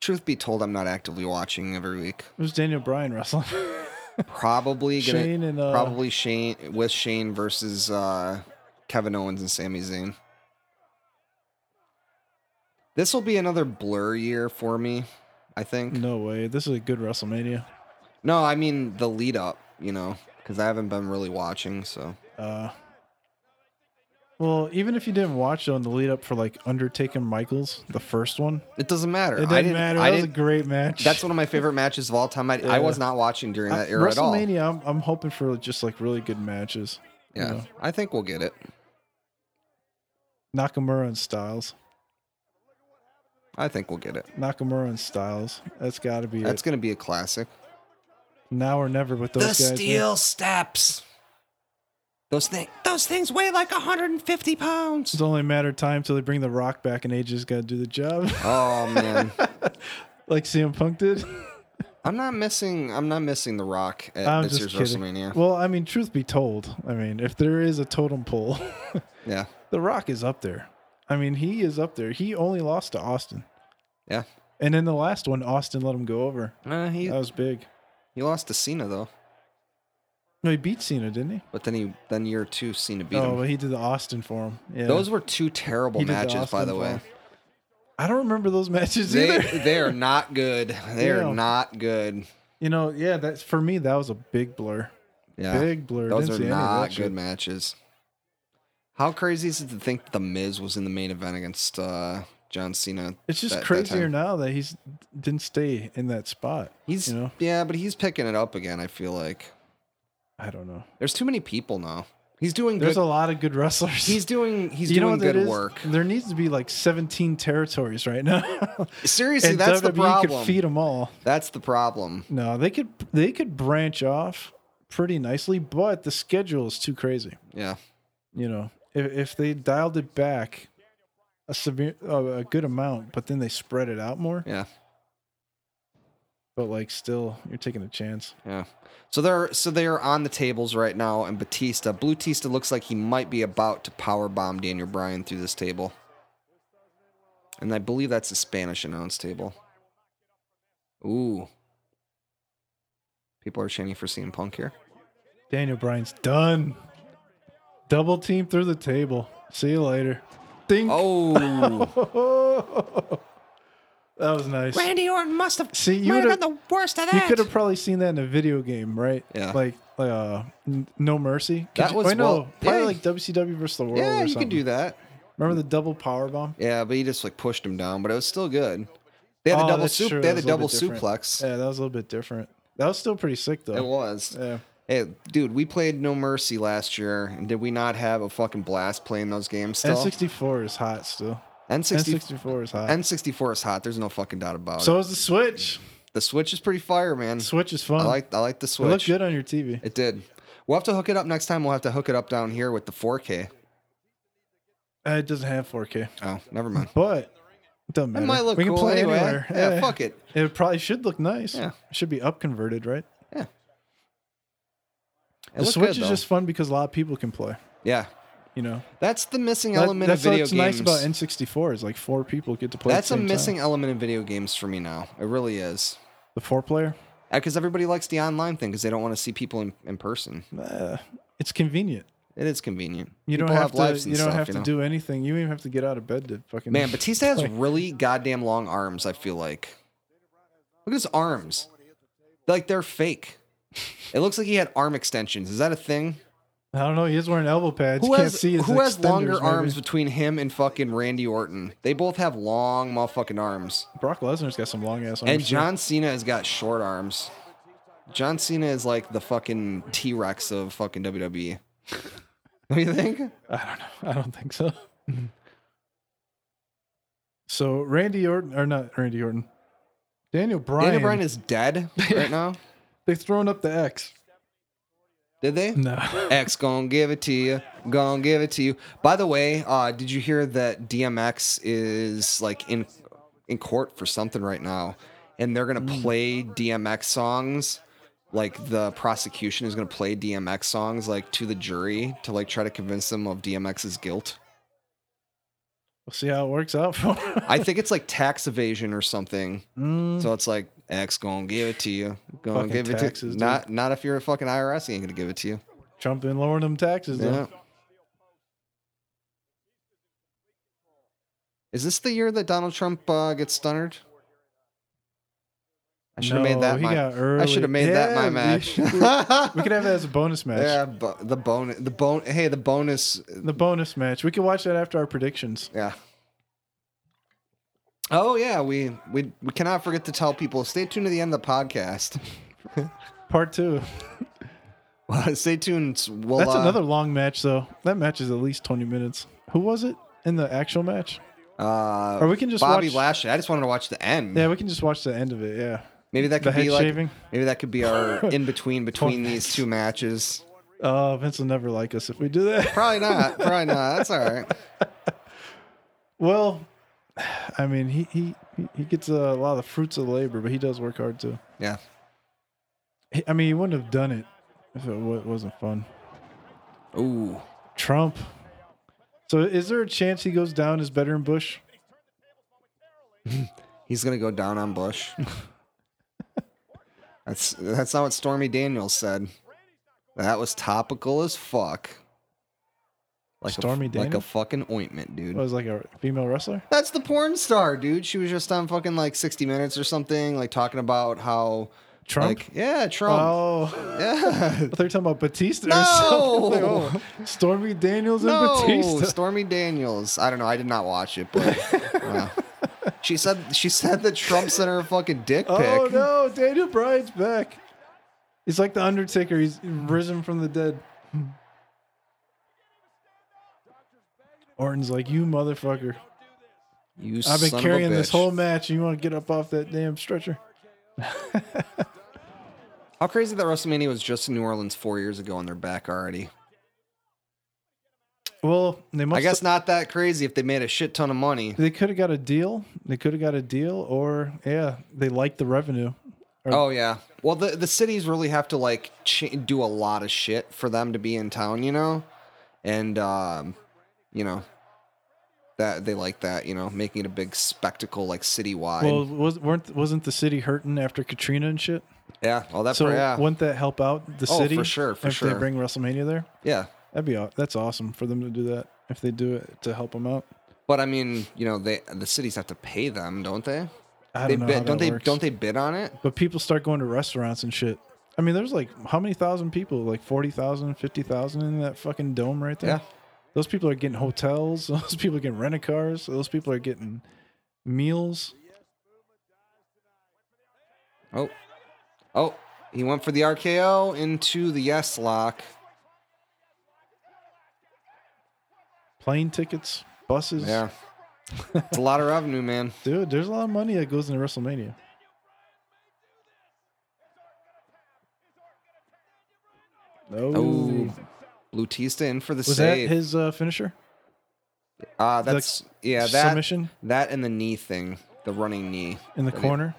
A: Truth be told, I'm not actively watching every week.
B: Who's Daniel Bryan wrestling? <laughs>
A: Probably gonna
B: Shane and uh,
A: probably Shane with Shane versus uh, Kevin Owens and Sami Zayn. This will be another blur year for me, I think. No,
B: No way. This is a good WrestleMania.
A: I mean the lead up, you know, because I haven't been really watching. So
B: Uh, well, even if you didn't watch on the lead up for like Undertaker Michaels, the first one,
A: it doesn't matter.
B: it
A: I
B: didn't
A: didn't
B: matter.
A: I
B: that was a
A: didn't-
B: great match.
A: that's one of my favorite matches of all time. I, I was not watching during that era at all.
B: Uh, WrestleMania. I'm, I'm hoping for just like really good matches. you
A: Yeah,
B: know.
A: I think we'll get it.
B: Nakamura and Styles.
A: I think we'll get it.
B: Nakamura and Styles. That's got to be
A: That's
B: it.
A: gonna be a classic.
B: Now or never with those
A: the
B: guys. man.
A: steel steps. Those things, those things weigh like 150 pounds.
B: It's only a matter of time till they bring The Rock back and AJ's got to do
A: <laughs>
B: the job, <laughs>
A: Oh man,
B: like CM Punk did.
A: I'm not missing. I'm not missing The Rock at
B: <laughs> I'm
A: this
B: just
A: year's
B: kidding.
A: WrestleMania.
B: Well, I mean, truth be told, I mean, if there is a totem pole, <laughs>
A: yeah,
B: The Rock is up there. I mean, he is up there. He only lost to Austin.
A: yeah.
B: And then the last one, Austin let him go over.
A: Uh, he
B: That was big.
A: he lost to Cena though,
B: No, he beat Cena, didn't he?
A: but then he then year two Cena beat
B: oh,
A: him.
B: but he did the Austin for him. Yeah.
A: Those were two terrible
B: He did the
A: matches, by
B: Austin
A: the
B: for
A: way.
B: him. I don't remember those <laughs> matches
A: They
B: either.
A: they are not good. They are
B: Yeah.
A: not good.
B: You know, yeah, that's for me that was a big blur.
A: Yeah,
B: Big blur.
A: those
B: Didn't
A: are
B: see any of that
A: not
B: shit.
A: good matches. How crazy is it to think the Miz was in the main event against uh, John Cena?
B: It's just
A: that- that
B: crazier
A: time?
B: now that he's didn't stay in that spot.
A: He's
B: you know,
A: yeah, but he's picking it up again. I feel like
B: I don't know.
A: there's too many people now. He's doing
B: There's
A: good.
B: a lot of good wrestlers. <laughs>
A: he's doing he's
B: You know
A: doing
B: what that
A: good
B: is?
A: work.
B: There needs to be like 17 territories right now. <laughs>
A: Seriously,
B: and
A: that's
B: WWE
A: the problem.
B: could feed them all.
A: that's the problem.
B: No, they could they could branch off pretty nicely, but the schedule is too crazy.
A: Yeah,
B: You know, if, if they dialed it back a severe uh, a good amount, but then they spread it out more.
A: yeah,
B: But like, still, you're taking a chance.
A: yeah. So they're so they are on the tables right now, and Batista, Blue Tista looks like he might be about to power bomb Daniel Bryan through this table, and I believe that's a Spanish announce table. Ooh, people are chanting for CM Punk here.
B: Daniel Bryan's done. Double team through the table. See you later. Ding.
A: Oh.
B: that was nice.
A: Randy Orton must have
B: See, you might have would've- been
A: the worst of
B: You could have probably seen that in a video game, right?
A: Yeah.
B: Like uh, N- No Mercy. Could
A: That
B: you-
A: was
B: wait, no,
A: well-
B: probably
A: yeah.
B: like WCW versus the World.
A: yeah,
B: or
A: you could do that.
B: Remember the double power bomb?
A: Yeah, but he just like pushed him down, but it was still good. They had the
B: Oh,
A: double
B: that's
A: soup.
B: true,
A: They
B: that
A: had the
B: was a little
A: double
B: bit different.
A: suplex.
B: Yeah, that was a little bit different. That was still pretty sick though.
A: It was.
B: Yeah.
A: Hey, dude, we played No Mercy last year, and did we not have a fucking blast playing those games? Still,
B: N64 is hot still.
A: N60,
B: N64 is hot.
A: N64 is hot. There's no fucking doubt about it.
B: so is the Switch.
A: The Switch is pretty fire, man.
B: Switch is
A: I
B: fun.
A: like I like the
B: it looked
A: Switch.
B: good on your TV.
A: It did. We'll have to hook it up next time. We'll have to hook it up down here with the 4K.
B: Uh, It doesn't have 4K,
A: Oh, never mind.
B: but it doesn't
A: It
B: matter.
A: might look
B: we can
A: cool
B: play
A: anyway.
B: anywhere.
A: Yeah, fuck it.
B: It probably should look nice.
A: Yeah.
B: It should be up converted, right?
A: It
B: the
A: looked
B: Switch
A: good,
B: is
A: though.
B: just fun because a lot of people can play.
A: yeah.
B: You know,
A: That's the missing
B: That-
A: element
B: that's
A: of video
B: what's
A: games.
B: nice about N64 is like four people get to play. at
A: That's
B: the
A: a
B: same
A: missing
B: Time.
A: element in video games for me now. It really is.
B: The four player,
A: Because everybody likes the online thing because they don't want to see people in, in person.
B: uh, it's convenient.
A: It is convenient.
B: You don't
A: People
B: have,
A: lives
B: to.
A: and
B: You don't
A: stuff,
B: have to
A: know?
B: do anything. You don't even have to get out of bed to fucking.
A: Man,
B: <laughs>
A: Batista has
B: play.
A: really goddamn long arms. I feel like. Look at his arms. Like they're fake. It looks like he had arm extensions. Is that a thing?
B: I don't know. He is wearing elbow pads.
A: Who
B: you can't
A: has
B: see his
A: who has
B: extenders,
A: longer
B: maybe.
A: arms between him and fucking Randy Orton? They both have long motherfucking arms.
B: Brock Lesnar's got some long ass arms.
A: And
B: too.
A: John Cena has got short arms. John Cena is like the fucking T Rex of fucking WWE. <laughs> What do you think?
B: <laughs> I don't know. I don't think so. <laughs> so Randy Orton or not Randy Orton. Daniel Bryan.
A: Daniel Bryan is dead right now.
B: They've thrown up the X.
A: Did
B: <laughs>
A: they?
B: No.
A: X gonna give it to you. Gonna give it to you. By the way, uh, did you hear that DMX is like in in court for something right now, and they're gonna
B: Mm.
A: play DMX songs. Like the prosecution is gonna play DMX songs like to the jury to like try to convince them of DMX's guilt.
B: We'll see how it works out for him. <laughs>
A: I think it's like tax evasion or something.
B: Mm.
A: So it's like X gonna give it to you. Gonna
B: Fucking
A: give it
B: taxes,
A: to
B: dude.
A: not not if you're a fucking IRS, he ain't gonna give it to you.
B: Trump been lowering them taxes. though.
A: Yeah. Is this the year that Donald Trump uh, gets stunnered? I should have
B: No,
A: made that
B: he
A: my.
B: got early.
A: I should have made that
B: Yeah,
A: my
B: we-
A: match.
B: <laughs> we could have that as
A: <laughs>
B: a bonus match.
A: yeah, bo- the bone, the bone. Hey, the bonus.
B: The bonus match. We could watch that after our predictions.
A: Yeah. Oh yeah, we we we cannot forget to tell people. Stay tuned to the end of the podcast. <laughs>
B: Part two.
A: stay tuned. We'll,
B: That's
A: uh,
B: another long match, though. That match is at least 20 minutes. Who was it in the actual match?
A: Uh,
B: Or we can just
A: Bobby
B: watch.
A: Lashley. I just wanted to watch the end.
B: yeah, we can just watch the end of it. Yeah.
A: Maybe that
B: The
A: could be
B: head
A: like
B: shaving.
A: maybe that could be
B: <laughs>
A: our in between between these two matches.
B: Oh, Vince will never like us if we do that. <laughs>
A: Probably not. Probably not. That's all right.
B: Well, I mean, he he he gets a lot of the fruits of labor, but he does work hard too.
A: Yeah.
B: He- I mean, he wouldn't have done it if it wa- wasn't fun.
A: Ooh.
B: Trump. So, is there a chance he goes down as better in Bush?
A: He's gonna go down on
B: <laughs>
A: Bush. that's that's not what Stormy Daniels said. That was topical as fuck. Like
B: Stormy
A: a, f- like a
B: Daniels?
A: fucking ointment, dude.
B: Was like a female wrestler.
A: That's the porn star, dude. She was just on fucking like 60 Minutes or something, like talking about how
B: Trump.
A: like yeah, Trump.
B: oh,
A: yeah.
B: they're talking about Batista
A: No!
B: or something. <laughs> Like, oh, Stormy Daniels and Batista.
A: Stormy Daniels. I don't know. I did not watch it, but yeah.
B: <laughs>
A: she said she said that Trump sent her a fucking dick pic.
B: oh no, Daniel Bryan's back. He's like the Undertaker. He's risen from the dead. Orton's like, you motherfucker.
A: You
B: I've been
A: son of a
B: carrying this
A: bitch.
B: whole match, and you want to get up off that damn stretcher?
A: How crazy that WrestleMania was just in New Orleans four years ago, and they're back already.
B: Well, they must.
A: I guess not that crazy if they made a shit ton of money.
B: they could have got a deal. They could have got a deal, or yeah, they like the revenue.
A: Oh yeah. Well, the the cities really have to like ch- do a lot of shit for them to be in town, you know, and um, you know that they like that, you know, making it a big spectacle like citywide.
B: Well, was, weren't wasn't the city hurting after Katrina and shit?
A: yeah. All that.
B: So
A: part, yeah.
B: wouldn't that help out the
A: Oh,
B: city?
A: for sure, for
B: if
A: sure.
B: they bring WrestleMania there,
A: yeah.
B: that'd be aw- that's awesome for them to do that. If they do it to help them out,
A: But I mean, you know, they the cities have to pay them, don't they?
B: I
A: They
B: don't know.
A: bid,
B: how
A: don't
B: that
A: they?
B: works.
A: Don't they bid on it?
B: But people start going to restaurants and shit. I mean, there's like how many thousand people? Like 40,000, 50,000 in that fucking dome right there.
A: Yeah.
B: Those people are getting hotels. <laughs> Those people are getting rent a cars. Those people are getting meals.
A: Oh, oh, he went for the RKO into the yes lock.
B: plane tickets, buses.
A: Yeah, it's a lot of revenue, man.
B: Dude, there's a lot of money that goes into WrestleMania. No.
A: Oh, Blutista in for the
B: Was that
A: save.
B: his uh, finisher?
A: uh, that's yeah, that
B: submission
A: that and the knee thing, the running knee,
B: in the
A: That he-
B: corner?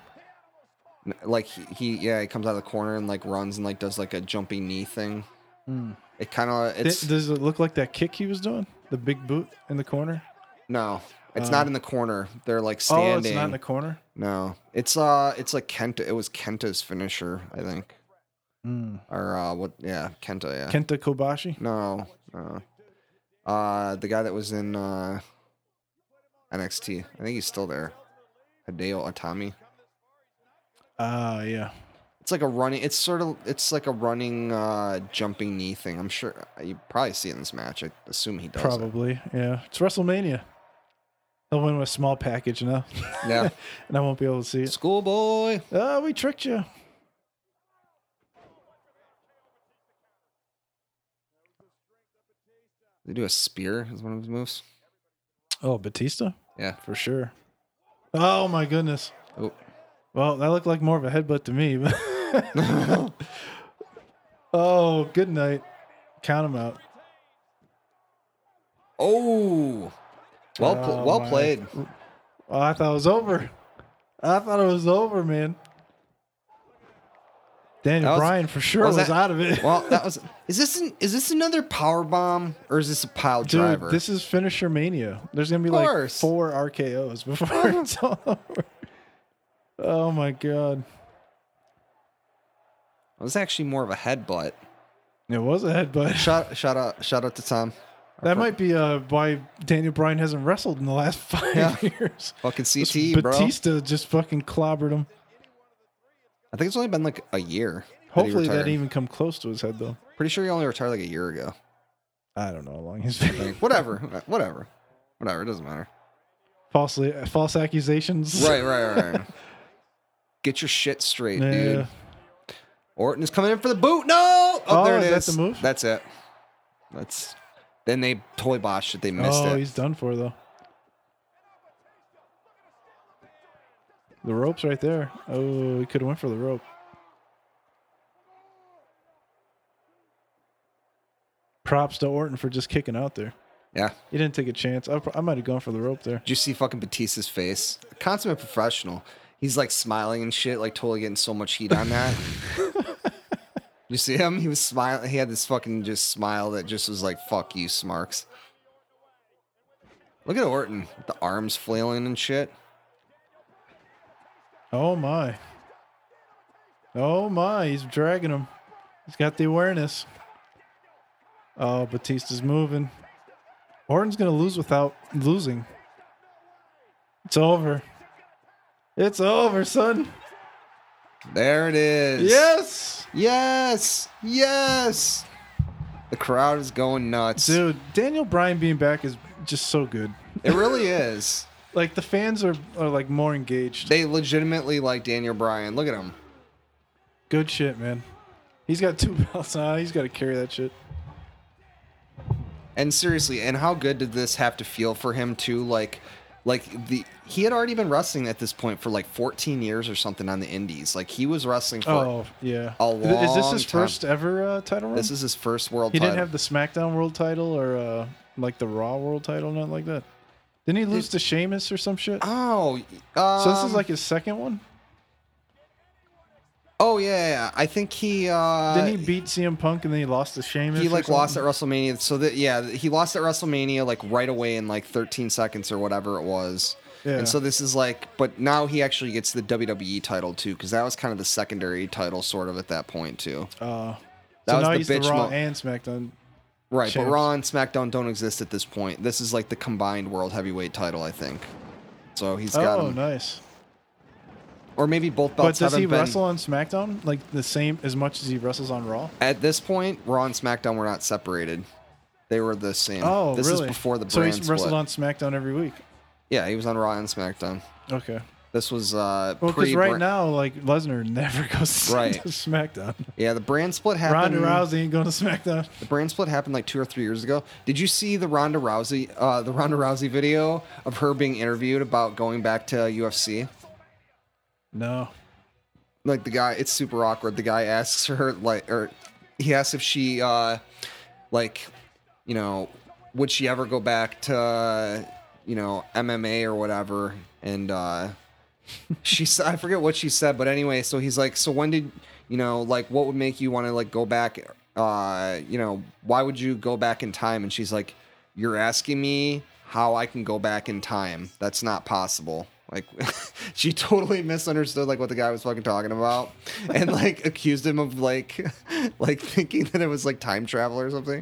A: N- like he, he yeah, he comes out of the corner and like runs and like does like a jumping knee thing.
B: Hmm.
A: It kind of
B: Th-
A: it's
B: does it look like that kick he was doing? The big boot in the corner?
A: no, it's
B: Uh,
A: not in the corner. They're like standing.
B: Oh, it's not in the corner?
A: No, it's uh, it's like Kenta. It was Kenta's finisher, I think,
B: Hmm.
A: or uh, what? Yeah, Kenta. Yeah.
B: Kenta Kobashi?
A: no, no. Uh, the guy that was in uh, NXT. I think he's still there. Hideo Itami.
B: Ah, yeah.
A: It's like a running. It's sort of. It's like a running, uh, jumping knee thing. I'm sure uh, you probably see it in this match. I assume he does. it.
B: Probably. Yeah. It's WrestleMania. He'll win with a small package now,
A: Yeah.
B: <laughs> and I won't be able to see it.
A: Schoolboy.
B: Oh, we tricked you.
A: They do a spear is one of his moves.
B: Oh, Batista?
A: Yeah.
B: For sure. Oh my goodness.
A: Oh.
B: Well, that looked like more of a headbutt to me. But <laughs> oh, good night. Count him out.
A: Oh, well, pl-
B: Oh,
A: well
B: my.
A: played.
B: Oh, I thought it was over. I thought it was over, man. Daniel
A: That was-
B: Bryan for sure was,
A: was that-
B: out of it.
A: Well, that was. Is this an, is this another power bomb or is this a pile
B: <laughs> Dude,
A: driver?
B: this is finisher mania. There's gonna be
A: Of
B: like
A: course.
B: four RKO's
A: <laughs>
B: before it's all over. Oh my god,
A: it was actually more of a headbutt.
B: it was a headbutt.
A: Shout shout out shout out to Tom.
B: That might be uh, why Daniel Bryan hasn't wrestled in the last <laughs> five
A: Yeah. <laughs>
B: years.
A: fucking
B: This
A: CT, bro.
B: Batista just fucking clobbered him.
A: I think it's only been like a year. he
B: Hopefully that
A: retired.
B: didn't even come close to his head though.
A: Pretty sure he only retired like a year ago.
B: I don't know how long he's
A: I <laughs>
B: been.
A: think. Whatever, whatever, whatever. It doesn't matter.
B: Falsely, false accusations.
A: Right, right, right,
B: <laughs>
A: right. Get your shit straight,
B: Yeah.
A: dude. Orton is coming in for the boot. No, oh,
B: Oh,
A: there it
B: is
A: is.
B: that the move?
A: That's it. That's. Then they toy botched it. They missed
B: Oh,
A: it.
B: he's done for though. The rope's right there. Oh, he could have went for the rope. Props to Orton for just kicking out there.
A: Yeah.
B: He didn't take a chance. I, pro- I might have gone for the rope there.
A: Did you see fucking Batista's face? Consummate professional. He's like smiling and shit, like totally getting so much heat on that. you see him? He was smiling. He had this fucking just smile that just was like, fuck you, Smarks. Look at Orton, with the arms flailing and shit.
B: Oh my. Oh my, he's dragging him. He's got the awareness. Oh, Batista's moving. Orton's gonna lose without losing. It's over. It's over, son.
A: There it is.
B: Yes,
A: Yes. Yes. The crowd is going nuts.
B: dude. Daniel Bryan being back is just so good.
A: It really is.
B: Like the fans are, are like more engaged.
A: They legitimately like Daniel Bryan. Look at him.
B: Good shit, man. He's got two <laughs> belts now. He's got to carry that shit.
A: And seriously, and how good did this have to feel for him too? Like, like the he had already been wrestling at this point for like 14 years or something on the Indies. Like he was wrestling for.
B: Oh yeah.
A: A
B: is this
A: long
B: his
A: time.
B: first ever uh, title run?
A: This is his first world.
B: He
A: title.
B: didn't have the SmackDown World Title or uh, like the Raw World Title, nothing like that. Didn't he lose to Sheamus or some shit?
A: Oh, um,
B: so this is like his second one.
A: Oh yeah, yeah, yeah. I think he. uh
B: Didn't he beat CM Punk and then he lost to Sheamus?
A: he
B: or
A: like lost at
B: something?
A: WrestleMania. So that yeah, he lost at WrestleMania like right away in like 13 seconds or whatever it was.
B: Yeah.
A: And so this is like, but now he actually gets the WWE title too, because that was kind of the secondary title sort of at that point too.
B: Uh,
A: That
B: so
A: was
B: now
A: the
B: he's
A: bitch
B: the Raw
A: mo-
B: and SmackDown.
A: Right,
B: champs.
A: but Raw and SmackDown don't exist at this point. This is like the combined world heavyweight title, I think. So he's got,
B: Oh,
A: him.
B: nice.
A: or maybe both
B: But
A: belts
B: does
A: haven't
B: he
A: been.
B: wrestle on SmackDown like the same as much as he wrestles on Raw?
A: At this point, Raw and SmackDown were not separated; they were the same.
B: Oh,
A: this
B: really?
A: is before the
B: so
A: brand
B: he's
A: split.
B: wrestled on SmackDown every week.
A: yeah, he was on Raw and SmackDown.
B: Okay.
A: This was uh,
B: Well, because
A: pre.
B: right now, like Lesnar never <laughs> goes
A: Right.
B: to SmackDown.
A: yeah, the brand split
B: Ronda
A: happened.
B: Rousey ain't going to SmackDown.
A: The brand split happened like two or three years ago. Did you see the Ronda Rousey, uh, the Ronda Rousey video of her being interviewed about going back to UFC?
B: No.
A: like the guy it's super awkward the guy asks her like or he asks if she uh like you know would she ever go back to uh, you know mma or whatever and uh she said i forget what she said but anyway so he's like so when did you know like what would make you want to like go back uh you know why would you go back in time and she's like you're asking me how i can go back in time that's not possible like <laughs> she totally misunderstood like what the guy was fucking talking about and like <laughs> accused him of like <laughs> like thinking that it was like time travel or something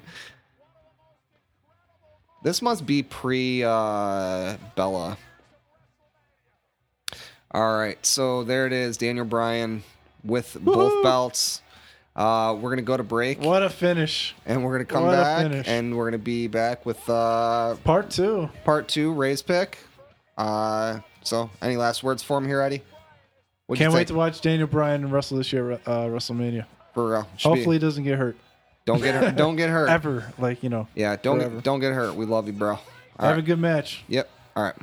A: this must be pre uh, Bella. All right, so there it is, Daniel Bryan with both
B: Woohoo!
A: belts. Uh, we're gonna go to break,
B: What a finish.
A: and we're gonna come
B: what a
A: back,
B: finish.
A: and we're gonna be back with uh,
B: Part two.
A: part two, Ray's pick. Uh, so, any last words for him here, Eddie? What'd you
B: Can't wait to
A: think?
B: watch Daniel Bryan wrestle this year at uh, WrestleMania.
A: For real, Should be-
B: Hopefully, he doesn't get hurt
A: <laughs> don't get hurt. Don't get
B: <laughs>
A: hurt.
B: ever. Like you know,
A: Yeah, don't
B: Forever.
A: don't get hurt. We love you, bro. All
B: have a
A: right.
B: good match.
A: Yep. All right.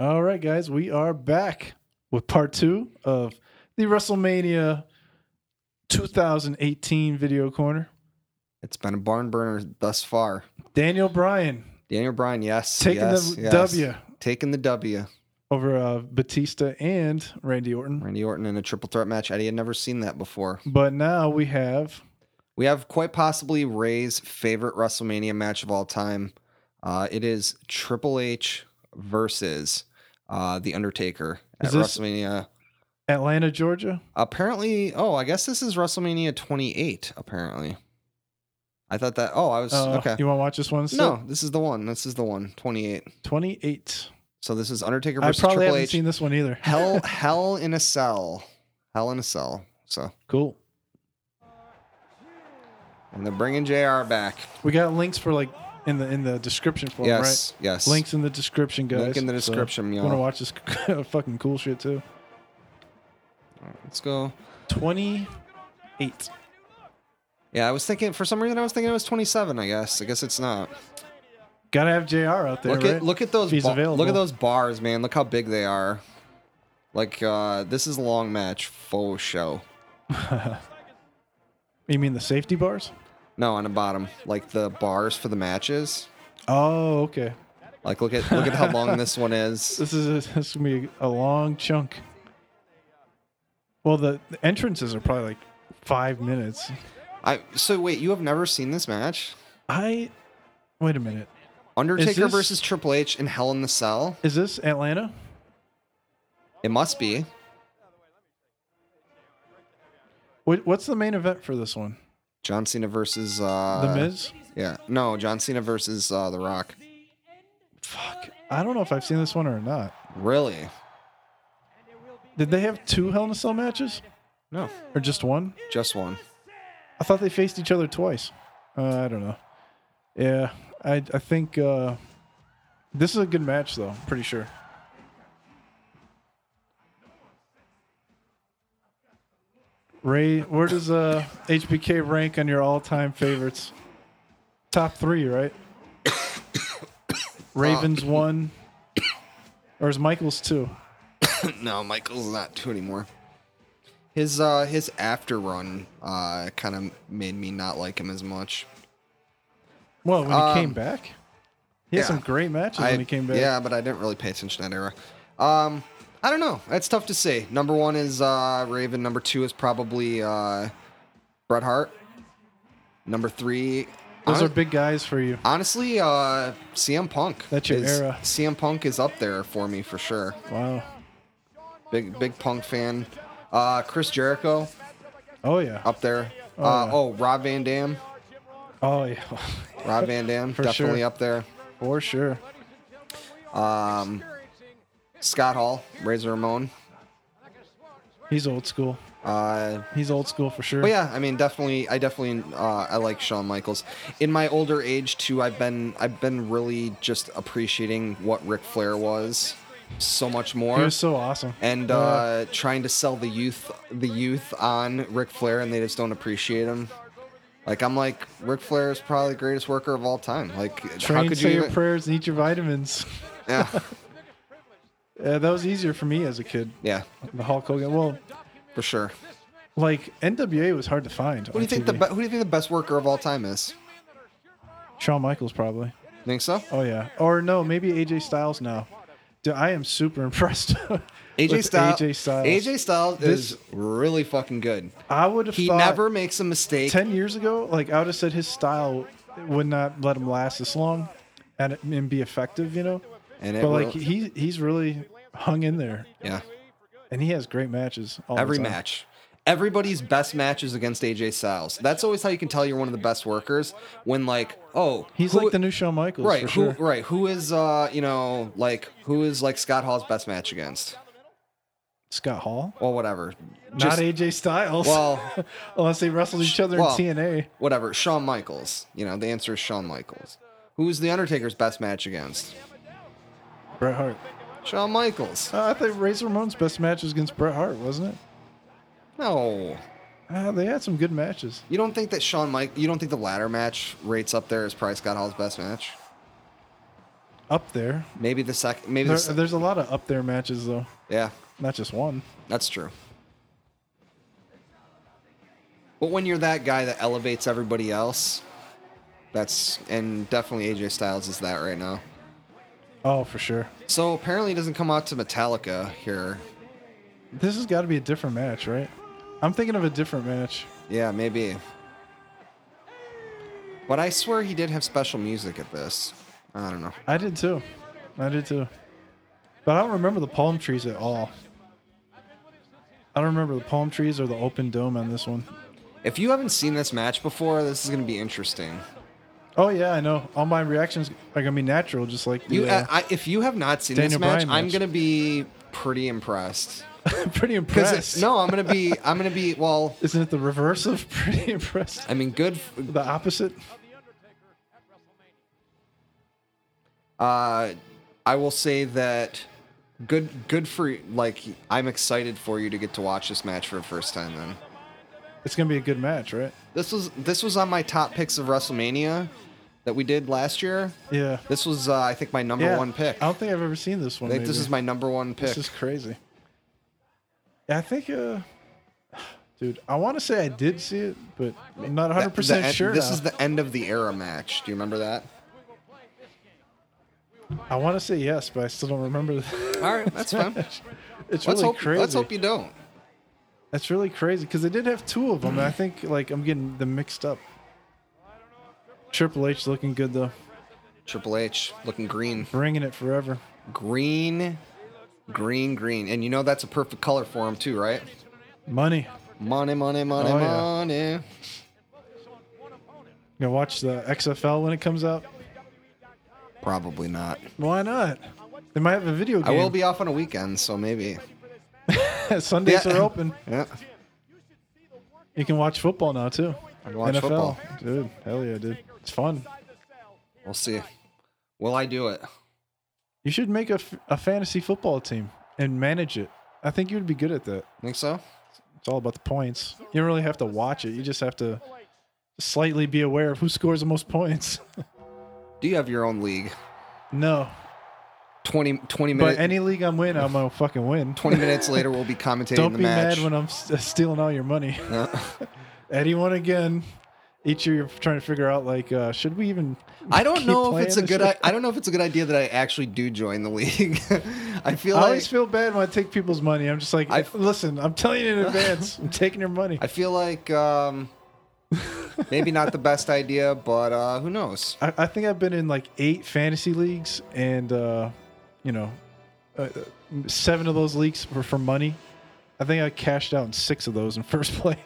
B: right, guys, we are back with part two of the WrestleMania 2018 video corner.
A: It's been a barn burner thus far.
B: Daniel Bryan
A: Daniel Bryan, yes.
B: taking
A: yes,
B: the
A: yes.
B: W
A: Taking the W.
B: over uh, Batista and Randy Orton.
A: Randy Orton in a triple threat match. Eddie had never seen that before.
B: But now we have
A: We have quite possibly Ray's favorite WrestleMania match of all time. Uh, it is Triple H versus uh, The Undertaker at
B: Is this-
A: WrestleMania.
B: Atlanta, Georgia.
A: Apparently, oh, I guess this is WrestleMania 28, apparently. I thought that, oh, I was,
B: Uh,
A: okay.
B: You want to watch this one? instead?
A: No, this is the one. This is the one, 28.
B: 28.
A: So this is Undertaker
B: I
A: versus
B: probably
A: Triple
B: haven't
A: H.
B: seen this one either.
A: Hell, Hell in a Cell. Hell in a Cell. So,
B: cool.
A: and they're bringing JR back.
B: We got links for like in the in the description for 'em,
A: Yes, yes.
B: right? Links in the description, guys.
A: Link in the description,
B: So,
A: y'all.
B: want to watch this <laughs> fucking cool shit too?
A: Let's go.
B: 28.
A: Yeah, I was thinking for some reason I was thinking it was 27. I guess. I guess it's not.
B: Gotta have JR out there.
A: look
B: right?
A: at look at those
B: If he's
A: ba-
B: available.
A: look at those bars, man. Look how big they are. Like uh this is a long match, faux show.
B: You mean the safety bars?
A: No, on the bottom, like the bars for the matches.
B: Oh, okay.
A: Like look at look at how long this one is.
B: <laughs> This is a, this is gonna be a long chunk. Well, the, the entrances are probably like five minutes.
A: I so wait, you have never seen this match?
B: I wait a minute.
A: Undertaker
B: this-
A: versus Triple H in Hell in the Cell.
B: Is this Atlanta?
A: It must be.
B: What, what's the main event for this one?
A: John Cena versus
B: The
A: uh
B: Miz.
A: Yeah. No, John Cena versus uh The Rock.
B: Fuck. I don't know if I've seen this one or not.
A: Really?
B: Did they have two Hell in a Cell matches
A: No.
B: or just one?
A: Just one. <clears throat>
B: I thought they faced each other twice. Uh, I don't know. Yeah, I I think uh, this is a good match though. I'm pretty sure. Ray, where does uh, HBK rank on your all-time favorites? Top three, right? <coughs> Ravens one, or is Michaels two?
A: No, Michael's not two anymore. His uh his after run uh kind of made me not like him as much.
B: Well, when he
A: Um,
B: came back, he had
A: yeah.
B: some great matches
A: I-
B: when he came back.
A: Yeah, but I didn't really pay attention to that era. Um I don't know. That's tough to say. Number one is uh Raven, number two is probably uh Bret Hart. Number three
B: Those
A: hon-
B: are big guys for you.
A: Honestly, uh CM Punk.
B: That's your
A: is,
B: era.
A: CM Punk is up there for me for sure.
B: Wow.
A: Big big punk fan. Uh Chris Jericho
B: Oh yeah.
A: up there.
B: Oh,
A: uh,
B: yeah.
A: oh, Rob Van Dam.
B: Oh yeah, <laughs>
A: Rob Van Dam
B: For
A: definitely
B: sure.
A: up there.
B: for sure.
A: Um Scott Hall, Razor Ramon.
B: He's old school.
A: Uh
B: He's old school for sure.
A: but Oh, yeah, I mean definitely I definitely uh I like Shawn Michaels. In my older age too, I've been I've been really just appreciating what Ric Flair was so much more.
B: he was so awesome.
A: and
B: Yeah.
A: uh, trying to sell the youth the youth on Ric Flair, and they just don't appreciate him. Like I'm like Ric Flair is probably the greatest worker of all time. Like how
B: train,
A: could
B: say
A: you?
B: your
A: Even,
B: prayers, and eat your vitamins. <laughs>
A: yeah,
B: Yeah, that was easier for me as a kid.
A: yeah,
B: The Hulk Hogan. Well,
A: for
B: <laughs>
A: sure.
B: like NWA was hard to find.
A: Who do you think the be- who do you think the best worker of all time is?
B: Shawn Michaels probably?
A: Think so?
B: Oh yeah, or no, maybe AJ Styles now. Dude, I am super <laughs> impressed.
A: AJ
B: with
A: Styles.
B: AJ Styles.
A: AJ Styles
B: This-
A: is really fucking good.
B: I would have.
A: He
B: thought
A: never makes a mistake.
B: ten years ago. Like I would have said, his style would not let him last this long, and and be effective. You know.
A: and it
B: but like
A: will-
B: he Oh, he's really hung in there,
A: yeah,
B: and he has great matches. All the
A: every
B: time.
A: match. Everybody's best match is against AJ Styles. That's always how you can tell you're one of the best workers when like, oh,
B: He's
A: who-
B: like the new Shawn Michaels,
A: right
B: For
A: who
B: sure.
A: right who is uh you know like who is like scott hall's best match against
B: Scott Hall,
A: well whatever
B: not AJ Styles.
A: well
B: <laughs> unless they wrestled each other
A: well,
B: in TNA.
A: whatever Shawn michaels you know the answer is Shawn michaels who's the undertaker's best match against
B: Bret Hart.
A: Shawn michaels
B: Uh, I thought Razor Ramon's best match was against Bret Hart, wasn't it?
A: no
B: Uh, they had some good matches.
A: you don't think that Shawn Mike you don't think the ladder match rates up there as probably Scott Hall's best match?
B: up there.
A: Maybe the second. Maybe
B: There-
A: the sec-
B: there's a lot of up there matches though,
A: yeah.
B: not just one.
A: That's true. But when you're that guy that elevates everybody else, that's and definitely AJ Styles is that right now.
B: Oh, for sure.
A: So apparently he doesn't come out to Metallica here.
B: This has got to be a different match, right? I'm thinking of a different match.
A: Yeah, maybe. But I swear he did have special music at this. I don't know.
B: I did too. I did too. But I don't remember the palm trees at all. I don't remember the palm trees or the open dome on this one.
A: If you haven't seen this match before, this is going to be interesting.
B: Oh yeah, I know. All my reactions are gonna be natural, just like
A: You,
B: the, uh,
A: I, if you have not seen this
B: Daniel
A: match,
B: Bryan
A: I'm
B: match.
A: going to be pretty impressed.
B: <laughs>
A: <laughs>
B: I'm pretty impressed.
A: Because uh, no, I'm going to be. I'm going to be. Well,
B: isn't it the reverse of <laughs> pretty impressed?
A: I mean, good.
B: The opposite.
A: Uh, I will say that good. Good for like. I'm excited for you to get to watch this match for the first time. Then
B: It's gonna be a good match, right?
A: this was this was on my top picks of WrestleMania that we did last year.
B: Yeah.
A: This was uh, I think my number
B: yeah.
A: one pick.
B: I
A: I
B: don't think I've ever seen this one.
A: think this
B: maybe.
A: is my number one pick. <laughs>
B: This is crazy. Yeah, I think, uh, dude, I want to say I did see it, but I'm not
A: The- e, the
B: 100 percent
A: end-
B: sure.
A: This
B: now.
A: is the end of the era match. Do you remember that?
B: I want to say yes, but I still don't remember. <laughs> The
A: <laughs> All right, that's fine.
B: match. <laughs> It's
A: let's
B: really
A: hope.
B: crazy.
A: Let's hope you don't.
B: That's really crazy because they did have two of them. and I think like I'm getting them mixed up. Triple H looking good though,
A: Triple H looking green,
B: bringing it forever.
A: green, green, green, and you know that's a perfect color for him too, right?
B: Money.
A: Money, money, money,
B: Oh, yeah.
A: money.
B: You gonna watch the XFL when it comes out?
A: Probably not.
B: Why not? They might have a video
A: I
B: game.
A: will be off on a weekend, so maybe.
B: <laughs> Sundays
A: Yeah.
B: are open.
A: Yeah.
B: You can watch football now too.
A: I can watch
B: NFL,
A: football.
B: dude. Hell yeah, dude. It's fun.
A: We'll see. Will I do it?
B: You should make a, f- a fantasy football team and manage it. I think you'd be good at that.
A: Think so?
B: It's all about the points. You don't really have to watch it. You just have to slightly be aware of who scores the most points. <laughs>
A: Do you have your own league?
B: no,
A: 20, 20
B: but
A: minutes.
B: any league I'm in, I'm gonna fucking win.
A: 20 minutes later, we'll be commentating
B: Don't
A: the
B: be
A: match.
B: mad when I'm s- <laughs> stealing all your money.
A: Yeah.
B: Eddie won again. Each year, you're trying to figure out like, uh, should we even?
A: I don't
B: keep
A: know if
B: playing
A: it's a
B: this
A: good.
B: shit?
A: I, I don't know if it's a good idea that I actually do join the league. <laughs> I feel
B: I
A: like
B: always feel bad when I take people's money. I'm just like,
A: I've-
B: listen, I'm
A: <laughs>
B: telling you in advance, I'm taking your money.
A: I feel like um, maybe not the best idea, but uh, who knows?
B: I, I think I've been in like eight fantasy leagues, and uh, you know, uh, uh, seven of those leagues were for money. I think I cashed out in six of those in first <laughs> place.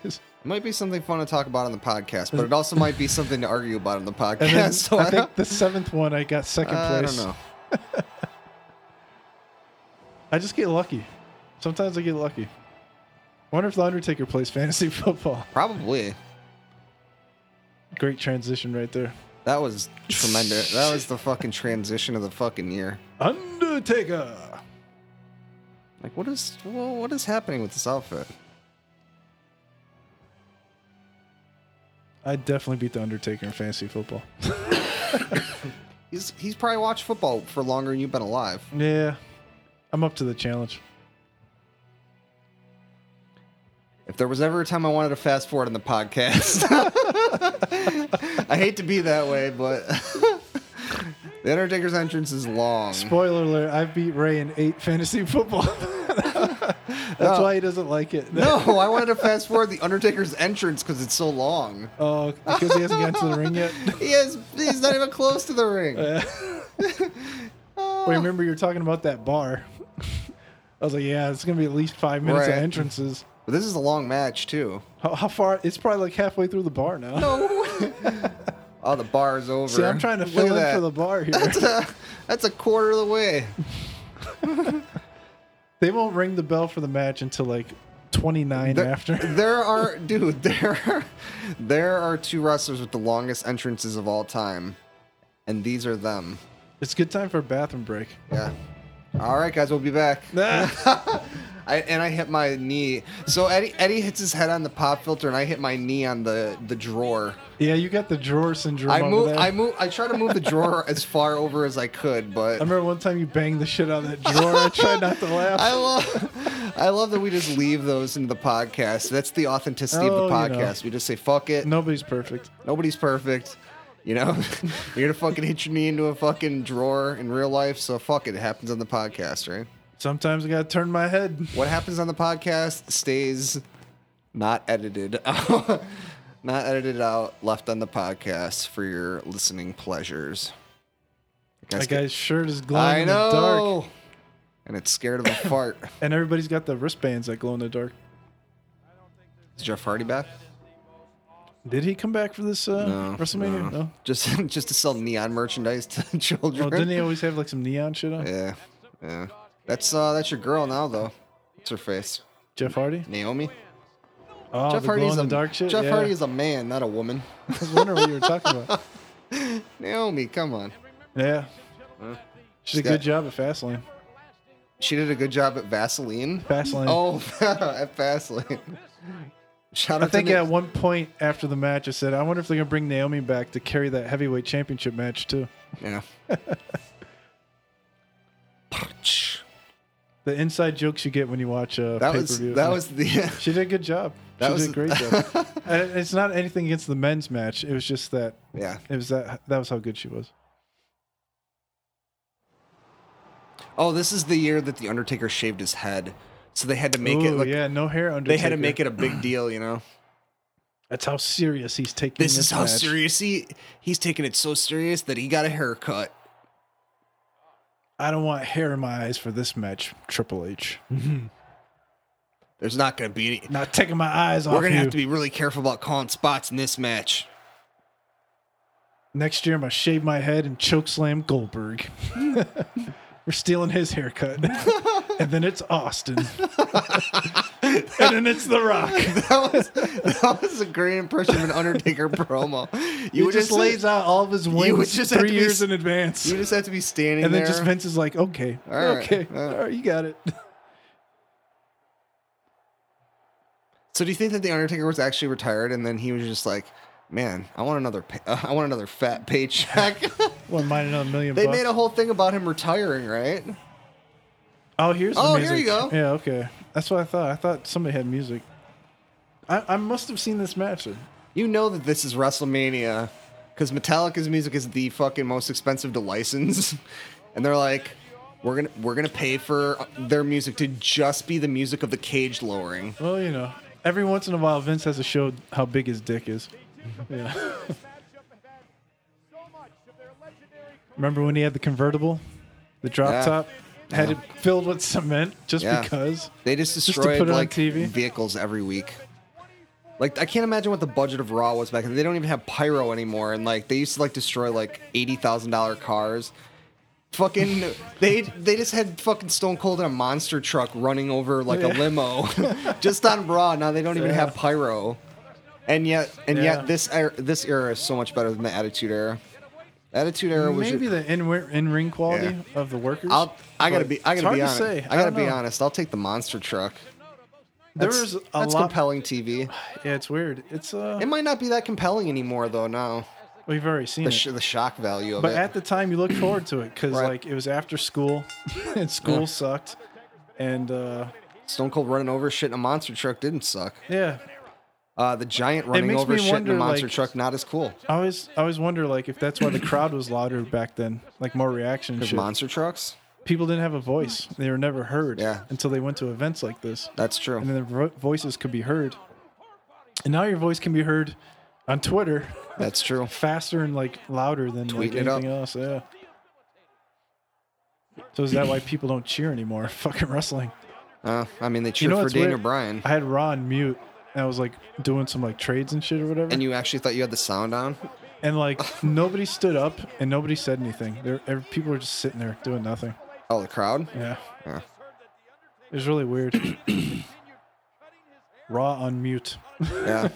A: It might be something fun to talk about on the podcast,
B: <laughs>
A: but it also might be something to argue about on the podcast. <laughs>
B: And then
A: so
B: I
A: I,
B: think the seventh one I got second
A: don't, I don't
B: place.
A: know.
B: I just get lucky. Sometimes I get lucky. Wonder if the Undertaker plays fantasy <laughs> football.
A: Probably.
B: Great transition right there.
A: That was tremendous. that
B: <laughs>
A: was the fucking transition of the fucking year.
B: Undertaker.
A: Like, what is well, what is happening with this outfit?
B: I definitely beat the Undertaker in fantasy football.
A: He's he's probably watched football for longer than you've been alive.
B: Yeah, I'm up to the challenge.
A: If there was ever a time I wanted to fast forward in the podcast, <laughs> I hate to be that way, but <laughs> the Undertaker's entrance is long.
B: Spoiler alert, I beat Ray in eight fantasy football. <laughs> That's
A: No.
B: why he doesn't like it.
A: no, I wanted to fast forward the Undertaker's entrance because it's so long.
B: <laughs> Oh, because he hasn't gotten to the
A: <laughs>
B: ring yet?
A: He is, he's not even close to the
B: <laughs>
A: ring.
B: Wait, remember you were talking about that bar. I was like, yeah, it's going to be at least five minutes
A: Right.
B: of entrances.
A: But this is a long match, too.
B: How, how far? It's probably like halfway through the bar
A: <laughs>
B: now.
A: No. oh, the bar's over.
B: <laughs> See, I'm trying to
A: Look
B: fill in
A: at that.
B: for
A: <laughs>
B: the bar here.
A: That's a, that's a quarter of the way.
B: they won't ring the bell for the match until like 29
A: There, <laughs>
B: after.
A: there are, dude, <laughs> there are, there are two wrestlers with the longest entrances of all time, and these are them.
B: It's good time for a bathroom break.
A: Yeah. All right, guys, we'll be back.
B: Nah.
A: I I, and I hit my knee. So Eddie, Eddie hits his head on the pop filter, and I hit my knee on the the drawer.
B: <laughs> Yeah, you got the drawer syndrome.
A: I
B: over
A: move,
B: there.
A: I move, I try to move the
B: <laughs>
A: drawer as far over as I could, but
B: I remember one time you banged the shit out of that
A: <laughs>
B: drawer. I tried not to laugh.
A: I love, I love that we just leave those into the podcast. That's the authenticity
B: Oh,
A: of
B: you
A: the
B: know.
A: podcast. We just say fuck it.
B: Nobody's perfect.
A: Nobody's perfect. You know, <laughs> you're gonna fucking hit your knee into a fucking drawer in real life, so fuck it. It happens on the podcast, right?
B: Sometimes I gotta turn my head.
A: What happens on the podcast stays not edited, <laughs> not edited out, left on the podcast for your listening pleasures.
B: That guy's shirt is glowing
A: I
B: in the dark,
A: know, and it's scared of a <laughs> fart.
B: and everybody's got the wristbands that glow in the dark.
A: Is Jeff Hardy back?
B: Did he come back for this uh, WrestleMania? No.
A: Just <laughs> just to sell neon merchandise to <laughs> children.
B: Oh, didn't he always have like some neon shit on?
A: Yeah, yeah. That's uh, that's your girl now though. What's her face?
B: Jeff Hardy.
A: Naomi.
B: Oh,
A: Jeff
B: the glow
A: Hardy's
B: in
A: a
B: the dark shit.
A: Jeff
B: yeah.
A: Hardy is a man, not a woman.
B: <laughs> I was wondering what you were talking
A: <laughs>
B: about.
A: Naomi, come on.
B: Yeah. She did a
A: got-
B: good job at Fastlane.
A: She did a good job at Vaseline.
B: Fastlane.
A: Oh, <laughs> at Fastlane. Shout out
B: I think
A: to
B: at one point after the match, I said, I wonder if they're going to bring Naomi back to carry that heavyweight championship match, too. <laughs>
A: yeah.
B: The inside jokes you get when you watch uh,
A: That was
B: pay-per-view.
A: that was the <laughs>
B: She did a good job.
A: That
B: she
A: was-
B: did a great
A: <laughs>
B: job. And it's not anything against the men's match. It was just that
A: yeah.
B: it was that that was how good she was.
A: Oh, this is the year that the Undertaker shaved his head, so they had to make it
B: Ooh,
A: like
B: yeah, no hair under.
A: they had to make it a big deal, you know.
B: That's how serious he's taking.
A: This,
B: This,
A: is how
B: match.
A: serious he he's taking it so serious that he got a haircut.
B: I don't want hair in my eyes for this match, Triple H.
A: There's not going to be any.
B: Not taking my eyes off
A: We're going to
B: you.
A: have to be really careful about calling spots in this match. <laughs>
B: Next year, I'm gonna shave my head and choke slam
A: <laughs>
B: Goldberg. We're stealing his haircut, and then it's
A: <laughs>
B: Austin, and then it's The Rock.
A: that was that was a great impression of an <laughs> Undertaker promo.
B: He
A: You would
B: just lays out all of his wins
A: just have
B: three
A: to be s-
B: years in advance.
A: You just have to be standing
B: and
A: there.
B: then just Vince is like, okay,
A: All right,
B: okay,
A: all right.
B: all right, you got <laughs> it.
A: so do you think that the Undertaker was actually retired, and then he was just like, "Man, I want another, pay- uh, <laughs> I want another fat paycheck." <laughs>
B: One mine another million.
A: they
B: bucks.
A: made a whole thing about him retiring, right?
B: oh, here's the
A: Oh, here
B: music.
A: you go.
B: Yeah, okay, that's what I thought. I thought somebody had music. I, I must have seen this match. Then.
A: You know that this is WrestleMania because Metallica's music is the fucking most expensive to license, <laughs> and they're like, "We're gonna, we're gonna pay for uh, their music to just be the music of the cage lowering."
B: Well, you know, every once in a while, Vince has to show how big his dick is. Yeah. <laughs> Remember when he had the convertible, the drop
A: Yeah.
B: top, had
A: Yeah.
B: it filled with cement just
A: Yeah.
B: because?
A: They just
B: to
A: destroyed
B: put it on
A: like
B: TV?
A: vehicles every week. Like I can't imagine what the budget of Raw was back then. They don't even have pyro anymore, and like they used to like destroy like eighty thousand dollar cars. Fucking <laughs> they they just had fucking Stone Cold in a monster truck running over like a
B: Yeah.
A: limo, <laughs> just on Raw. Now they don't even
B: Yeah.
A: have pyro, and yet and
B: Yeah.
A: yet this era, this era is so much better than the Attitude Era. Attitude Era was
B: Maybe
A: your,
B: the in in ring quality of the workers.
A: I'll, I gotta
B: but
A: be I
B: it's
A: gotta
B: hard
A: be
B: to
A: honest.
B: say.
A: I gotta
B: don't
A: be
B: know.
A: honest. I'll take the monster truck.
B: There
A: That's-
B: was a
A: that's
B: lot.
A: compelling TV.
B: Yeah, it's weird. It's uh,
A: It might not be that compelling anymore, though. Now
B: we've already seen
A: the,
B: it.
A: sh- the shock value of
B: But
A: it.
B: at the time, you looked forward to it because
A: Right.
B: like it was after school, <laughs> and school sucked, and uh,
A: Stone Cold running over shit in a monster truck didn't suck.
B: yeah,
A: Uh, the giant running
B: makes
A: over
B: me
A: shit
B: wonder,
A: in a monster
B: like-
A: truck not as cool.
B: I always I always wonder like if that's why the crowd was louder back then, like more reaction and shit.
A: Monster trucks.
B: People didn't have a voice; they were never heard
A: Yeah.
B: until they went to events like this,
A: That's true.
B: and then their vo- voices could be heard. And now your voice can be heard on Twitter
A: That's true.
B: faster and like louder than like,
A: Tweeting it up.
B: anything else. Yeah. So is that why people don't cheer anymore? <laughs> Fucking wrestling.
A: Uh, I mean, they
B: You
A: cheered
B: know
A: for
B: what's
A: Daniel
B: weird?
A: Bryan,
B: I had Raw on mute. And I was like doing some like trades and shit or whatever.
A: and you actually thought you had the sound on.
B: and
A: <laughs>
B: like nobody stood up and nobody said anything. There, every, people were just sitting there doing nothing.
A: Oh, the crowd.
B: Yeah,
A: Yeah.
B: it was
A: <coughs>
B: really weird. Raw <laughs> on mute.
A: Yeah.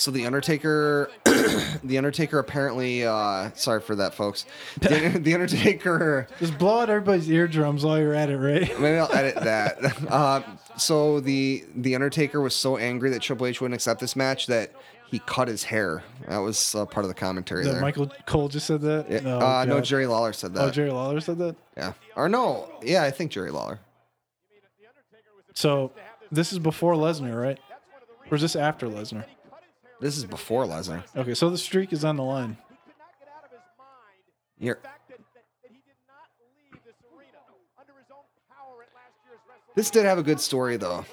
A: So the Undertaker, <coughs> the Undertaker apparently. Uh, sorry for that,
B: <laughs>
A: folks. The, the Undertaker.
B: Just blow out everybody's eardrums while you're at it, right?
A: Maybe I'll edit that. <laughs> Uh, so the the Undertaker was so angry that Triple H wouldn't accept this match that he cut his hair. That was uh, part of the commentary
B: <laughs> That
A: there.
B: Michael Cole just said that.
A: Yeah,
B: No,
A: uh, no,
B: God.
A: Jerry Lawler said that.
B: Oh, Jerry Lawler said that.
A: yeah, or no, yeah, I think Jerry Lawler.
B: So this is before Lesnar, right? Or is this after Lesnar?
A: This is before Lesnar.
B: Okay, so the streak is on the line.
A: Here,
C: This
A: this did have a good story though.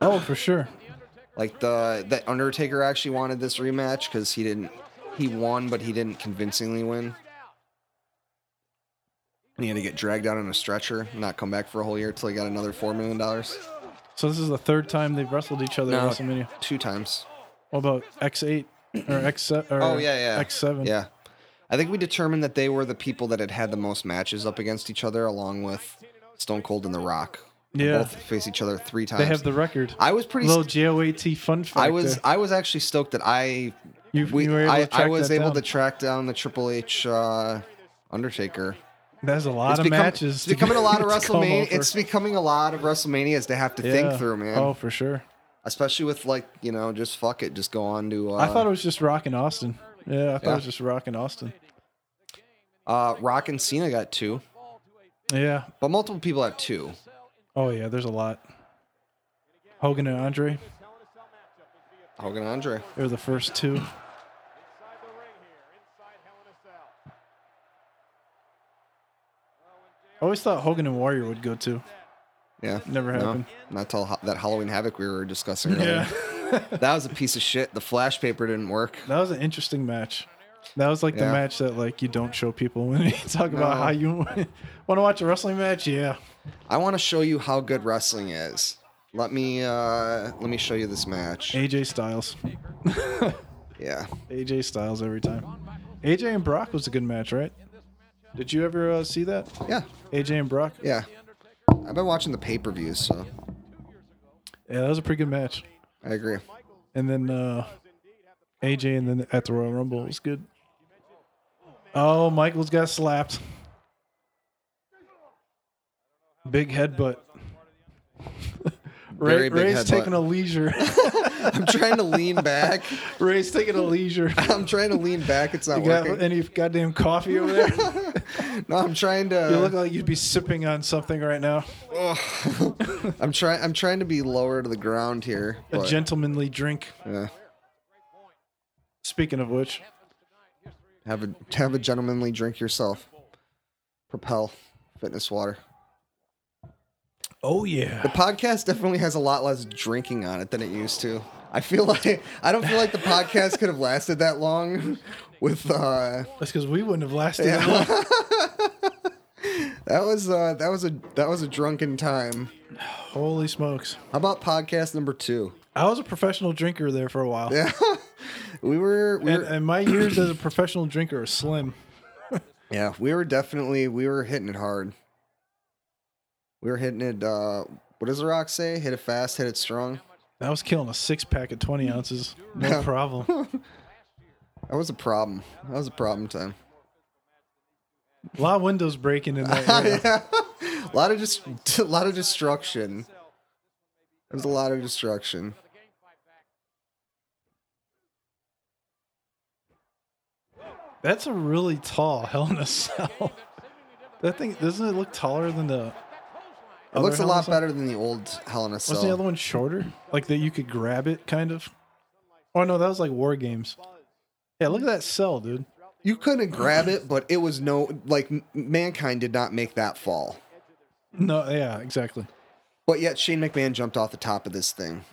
B: Oh, for sure.
A: Like the that Undertaker actually wanted this rematch because he didn't. He won, but he didn't convincingly win. And he had to get dragged out on a stretcher, and not come back for a whole year till he got another four million dollars.
B: So this is the third time they've wrestled each other
A: No.
B: at WrestleMania.
A: Two times.
B: What about X8 or X? Or
A: Oh yeah, yeah.
B: X7.
A: Yeah. I think we determined that they were the people that had had the most matches up against each other, along with Stone Cold and The Rock. They
B: Yeah.
A: Both face each other three times.
B: They have the record.
A: I was pretty.
B: Little
A: St-
B: JOAT fun fact.
A: I was.
B: there.
A: I was actually stoked that I.
B: You,
A: We.
B: you were able
A: I,
B: to track
A: I was
B: that
A: able
B: down.
A: to track down the Triple H. Uh, Undertaker.
B: That's a lot
A: it's
B: of
A: become-
B: matches.
A: It's
B: to-
A: becoming a
B: <laughs>
A: lot of
B: to come
A: WrestleMania.
B: over.
A: It's becoming a lot of WrestleManias to have to think
B: Yeah.
A: through, man.
B: Oh, for sure.
A: Especially with like you know, just fuck it, just go on to. Uh,
B: I thought it was just Rock and Austin. Yeah, I thought
A: Yeah.
B: it was just Rock and Austin.
A: uh, Rock and Cena got two,
B: Yeah.
A: but multiple people have two.
B: Oh yeah, there's a lot. Hogan and Andre.
A: Hogan and Andre.
B: They were the first two. I always thought Hogan and Warrior would go too.
A: Yeah.
B: Never happened.
A: Not till ho- that Halloween Havoc we were discussing earlier. <laughs> that was a piece of shit. The flash paper didn't work.
B: That was an interesting match. That was like the
A: Yeah.
B: match that like you don't show people when you <laughs> talk about
A: No.
B: how you <laughs> want to watch a wrestling match. Yeah.
A: I want to show you how good wrestling is. Let me uh let me show you this match.
B: AJ Styles.
A: Yeah.
B: AJ Styles every time. AJ and Brock was a good match, right? Did you ever uh, see that?
A: Yeah.
B: AJ and Brock?
A: Yeah. I've been watching the pay-per-views, so
B: Yeah, that was a pretty good match.
A: I agree.
B: And then uh, AJ and then at the Royal Rumble was good. Oh, Michaels got slapped. Big headbutt. Ray,
A: Very big
B: Ray's
A: headbutt.
B: taking a leisure.
A: <laughs> I'm trying to lean back. <laughs>
B: Ray's taking a leisure.
A: I'm trying to lean back. It's not
B: You got
A: working.
B: any goddamn coffee over there?
A: No, I'm trying to.
B: You look like
A: <laughs>
B: you'd be sipping on something right now.
A: Ugh. I'm trying. I'm trying to be lower to the ground here.
B: A
A: but,
B: gentlemanly drink.
A: yeah.
B: Speaking of which,
A: Have a have a gentlemanly drink yourself. Propel fitness water.
B: oh
A: The
B: yeah,
A: podcast definitely has a lot less drinking on it than it used to. I feel <laughs> like I don't feel like the podcast could have lasted that long <laughs> with uh
B: that's because we wouldn't
A: <laughs>
B: have lasted. that long.
A: that was uh that was a that was a drunken time.
B: Holy smokes!
A: How about podcast number 2?
B: I was a professional drinker there for a while,
A: Yeah. we were we
B: and, uh,
A: were,
B: and my years as a professional drinker are slim.
A: yeah, we were definitely we were hitting it hard. We were hitting it uh what does the rock say? Hit it fast, hit it strong.
B: I was killing a six pack of twenty ounces, no
A: Yeah.
B: problem.
A: That was a problem. That was a problem time. <laughs>
B: A lot of windows breaking in that.
A: <laughs>
B: Era.
A: yeah. a lot of just <laughs> a lot of destruction. There's a lot of destruction.
B: That's a really tall Hell in a Cell. That thing doesn't it look taller than the?
A: It looks a lot better than the old Hell in a
B: Wasn't the other
A: Cell.
B: one shorter? Like that you could grab it, kind of. Oh no, that was like War Games. Yeah, look at that cell, dude.
A: You couldn't grab it, but it was no like m- mankind did not make that fall.
B: No, yeah, exactly.
A: But yet Shane McMahon jumped off the top of this thing.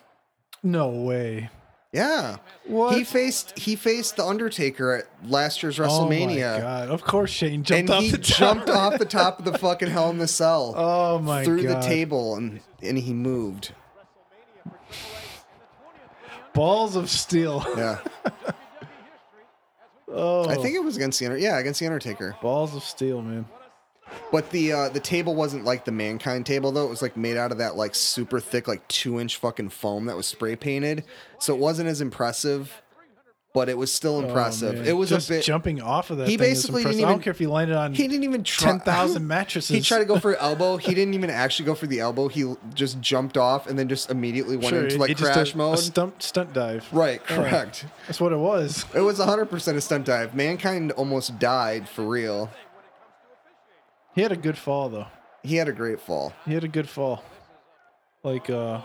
B: No way.
A: Yeah.
B: What?
A: He faced he faced the Undertaker at last year's
B: Oh my
A: WrestleMania.
B: god! Of course, Shane jumped
A: and
B: off
A: he
B: the top.
A: jumped off the top of the fucking Hell in the Cell.
B: <laughs> Oh my
A: through
B: god!
A: the table and, and he moved.
B: Balls of steel.
A: Yeah.
B: Oh,
A: I think it was against the Under- yeah, against the Undertaker. Oh,
B: balls of steel, man.
A: But the uh, the table wasn't like the mankind table though. It was like made out of that like super thick like two inch fucking foam that was spray painted, so it wasn't as impressive, but it was still impressive.
B: Oh, man.
A: it was
B: just
A: a bit.
B: jumping off of that.
A: He
B: thing is
A: basically
B: impressive.
A: didn't
B: I
A: even-
B: don't care if he landed on.
A: He didn't even try. <laughs>
B: 10,000 mattresses.
A: He tried to go
B: <laughs>
A: for elbow. He didn't even actually go for the elbow. He l- just jumped off and then just immediately went
B: Sure,
A: into like
B: it just a-
A: crash
B: a
A: mode.
B: stunt stunt dive.
A: right,
B: Yeah.
A: correct.
B: That's what it was.
A: It was 100% a stunt dive. Mankind almost died for real.
B: He had a good fall though.
A: He had a great fall.
B: He had a good fall. Like uh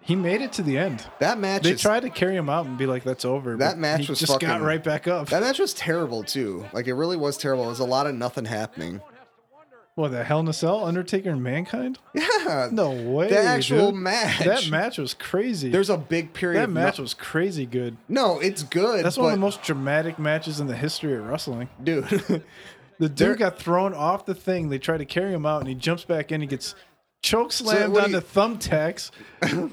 B: he made it to the end.
A: That match
B: They
A: is
B: tried to carry him out and be like, "That's over."
A: That
B: but
A: match
B: he
A: was
B: just got
A: fucking-
B: right back up.
A: That match was terrible too. Like it really was terrible. It was a lot of nothing happening. <laughs>
B: what the hell in a cell? Undertaker and Mankind?
A: Yeah.
B: No way.
A: The actual
B: dude.
A: match.
B: That match was crazy.
A: There's a big period.
B: that
A: of
B: match
A: no-
B: was crazy good.
A: no, it's good.
B: That's
A: but,
B: one of the most dramatic matches in the history of wrestling.
A: dude. <laughs>
B: The dude
A: There-
B: got thrown off the thing. They try to carry him out, and he jumps back in. He gets choke slammed
A: what do
B: onto
A: you- <laughs>
B: thumbtacks.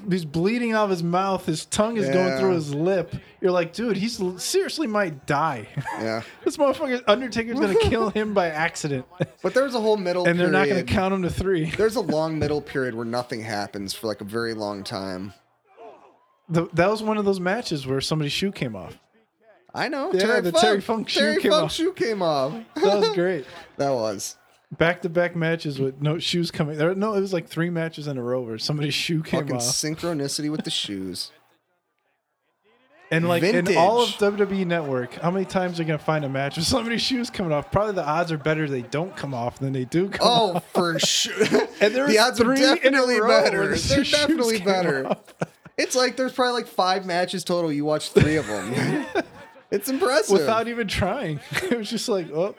B: he's bleeding out of his mouth. His tongue is going
A: Yeah.
B: through his lip. You're like, dude, he's l- seriously might die. <laughs>
A: yeah.
B: this motherfucker Undertaker's gonna kill him
A: <laughs>
B: by accident,
A: But there's a whole middle
B: and they're
A: period.
B: not gonna count him to three.
A: There's a long middle period where nothing happens for like a very long time.
B: Th- that was one of those matches where somebody's shoe came off.
A: I know.
B: Yeah, the Terry Funk shoe
A: Terry
B: came
A: Funk
B: off.
A: shoe came off. <laughs>
B: That was great.
A: that was.
B: Back to back matches with no shoes coming. There, no, it was like three matches in a row where somebody's shoe came
A: Fucking
B: off.
A: synchronicity with the shoes.
B: And like
A: Vintage.
B: in all of WWE Network, how many times are you gonna find a match with <laughs> somebody's shoes coming off? Probably the odds are better they don't come off than they do come off.
A: Oh,
B: <laughs>
A: for sure. <laughs>
B: And there
A: the
B: was
A: odds are
B: three in a
A: definitely
B: row where
A: better. They're
B: the <laughs> shoes came
A: definitely better. <laughs>
B: off.
A: It's like there's probably like five matches total. You watch three of
B: <laughs>
A: them. it's impressive.
B: Without even trying. <laughs> It was just like, oh,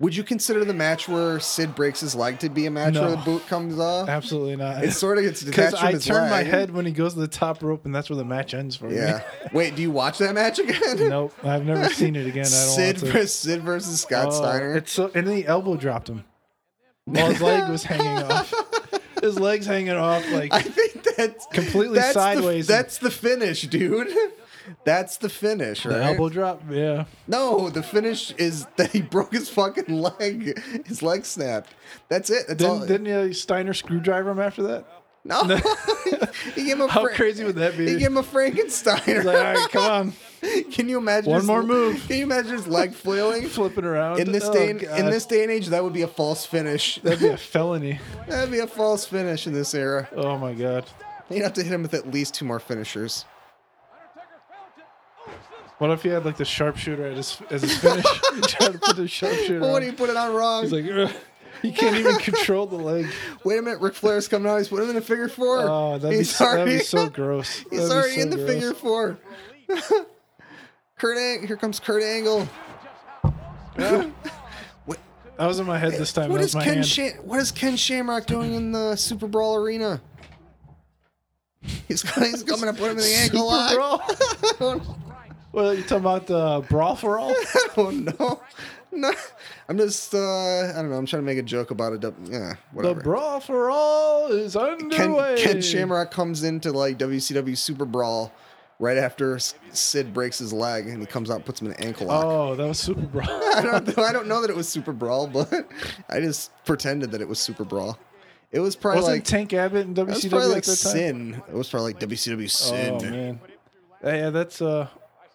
A: Would you consider the match where Sid breaks his leg to be a match
B: No.
A: where the boot comes off?
B: absolutely not.
A: It
B: <laughs>
A: sort of gets
B: Because
A: detached from
B: I
A: his
B: turn my
A: leg.
B: head when he goes to the top rope, and that's where the match ends
A: <laughs>
B: for
A: Yeah. Wait, do you watch that match
B: me.
A: again? <laughs>
B: <laughs> nope, I've never seen it again. I
A: Sid
B: don't want to.
A: versus, Sid versus Scott
B: Oh,
A: Steiner.
B: It's so, and then he elbow dropped him while his leg was hanging
A: <laughs>
B: off. His leg's hanging off like
A: I think that's
B: Completely
A: that's the-
B: sideways.
A: that's the finish, dude. That's the finish, right?
B: the elbow drop. Yeah.
A: No, the finish is that he broke his fucking leg. His leg snapped. That's it. That's all.
B: Didn't, didn't uh, Steiner screwdriver him after that?
A: no. <laughs> he gave him a
B: <laughs> How
A: Fra-
B: crazy would that be?
A: He gave him a Frankenstein.
B: He's like, all right, come on,
A: <laughs> can you imagine?
B: One
A: his-
B: more move.
A: Can you imagine his leg
B: <laughs>
A: flailing?
B: <laughs> flipping around.
A: In this
B: Oh,
A: day, and,
B: God.
A: in this day and age, that would be a false finish.
B: <laughs> that'd be a felony.
A: That'd be a false finish in this era.
B: Oh my God.
A: You'd have to hit him with at least two more finishers.
B: What if he had like the sharpshooter at his, as his finish? <laughs> Trying to put the sharpshooter.
A: But what
B: on.
A: do you put it on wrong?
B: He's like, Ugh. he can't even control
A: <laughs>
B: the leg.
A: Wait a minute, Ric Flair's coming out. He's putting him in a figure four.
B: Oh, that'd, be,
A: He's
B: so- that'd be
A: already-
B: so gross. That'd
A: He's
B: be
A: already
B: so
A: in the
B: gross.
A: figure four. <laughs> Kurt Ang- here comes Kurt Angle.
B: That was in my head this time.
A: What
B: that
A: is
B: was my
A: Ken
B: hand.
A: Sha- What is Ken Shamrock doing in the Super Brawl arena? <laughs> He's, he's
B: <laughs>
A: coming to put him in the ankle
B: <laughs> Super
A: lock.
B: brawl. well, you talking about the brawl for
A: <laughs>
B: all?
A: I don't know. <laughs> No, I'm just uh, I don't know. I'm trying to make a joke about it. Yeah,
B: the
A: whatever.
B: brawl for all is
A: Ken,
B: underway.
A: Ken Shamrock comes into like WCW Super Brawl right after S- Sid breaks his leg, and he comes out and puts him in an ankle lock.
B: Oh, that was
A: <laughs>
B: super brawl.
A: I don't, I don't know that it was Super Brawl, but I just pretended that it was Super Brawl. It was probably
B: Wasn't
A: like
B: Tank Abbott in
A: it was
B: WCW
A: probably
B: at
A: like
B: that time?
A: Sin. It was probably like WCW
B: Oh
A: Sin.
B: man, yeah, yeah, that's uh,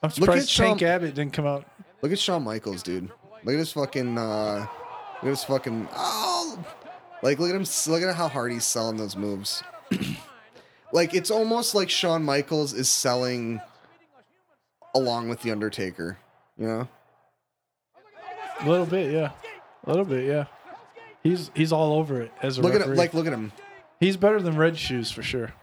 B: I'm surprised
A: at Shawn-
B: Tank Abbott didn't come out.
A: Look at Shawn Michaels, dude. Look at his fucking. Uh, look at his fucking. Oh, like look at him. Look at how hard he's selling those moves. <clears throat> like it's almost like Shawn Michaels is selling along with the Undertaker. You know.
B: A little bit, yeah, a little bit, yeah. He's he's all over it as a
A: Look at him.
B: referee.
A: Like look at him.
B: he's better than Red Shoes
A: <laughs>
B: for sure.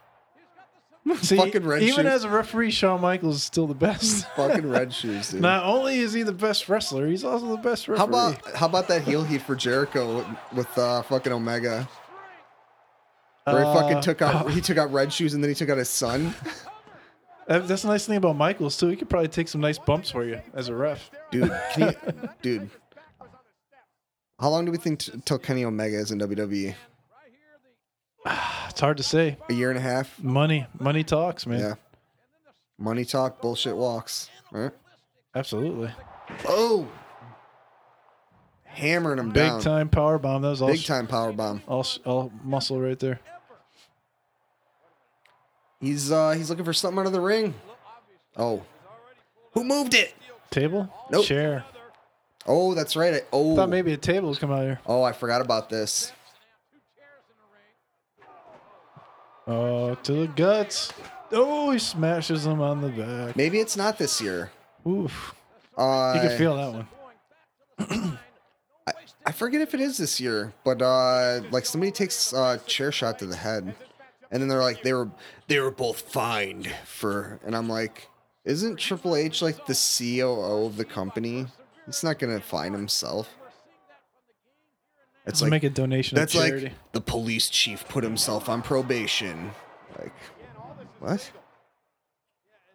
B: See,
A: Fucking Red
B: even
A: Shoes.
B: as a referee, Shawn Michaels is still
A: <laughs>
B: the best. <laughs>
A: Fucking red shoes, dude.
B: Not only is he the best wrestler, he's also the best referee.
A: How about how about that heel heat for Jericho with, with uh, fucking Omega, where he fucking
B: Uh,
A: took out he took out Red Shoes and then he took out his son,
B: That- That's the nice thing about Michaels too. He could probably take some nice bumps for you as a ref.
A: dude. Can you, dude, how long do we think t- till Kenny Omega is in WWE?
B: It's hard to say.
A: A year and a half?
B: Money, money talks, man.
A: Yeah. Money talk, bullshit walks. All right.
B: Absolutely.
A: Oh, hammering him
B: Big
A: down.
B: time power bomb. That was all,
A: Big time power bomb.
B: all all muscle right there.
A: He's uh he's looking for something under the ring. Oh. Who moved it?
B: Table?
A: Nope.
B: Chair.
A: Oh, that's right. I,
B: I
A: oh.
B: thought maybe a table was coming out here.
A: oh, I forgot about this.
B: Oh, to the guts. Oh, he smashes him on the back.
A: Maybe it's not this year.
B: Oof.
A: Uh
B: You can feel that one.
A: I forget if it is this year, but uh like somebody takes a chair shot to the head. And then they're like they were they were both fined for and I'm like, isn't Triple H like the COO of the company? He's not going to fine himself. It's
B: Let's make a donation
A: That's
B: to charity.
A: like the police chief put himself on probation. Like, what?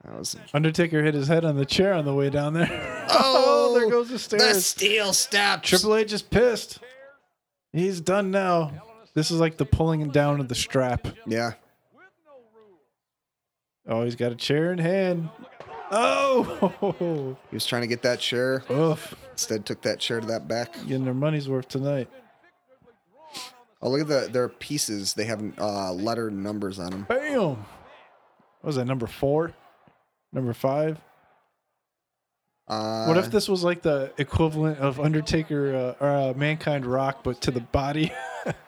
A: That was.
B: Undertaker hit his head on the chair on the way down there. <laughs>
A: Oh,
B: there goes the stairs.
A: The steel steps.
B: Triple H is pissed. He's done now. This is like the pulling down of the strap.
A: Yeah.
B: Oh, he's got a chair in hand. Oh, <laughs>
A: He was trying to get that chair.
B: oof.
A: Instead, took that chair to that back.
B: Getting their money's worth tonight.
A: Oh, look at the their pieces. They have uh, letter numbers on them.
B: Bam. What was that, number four? Number five?
A: Uh,
B: What if this was like the equivalent of Undertaker uh, or uh, Mankind Rock, but to the body?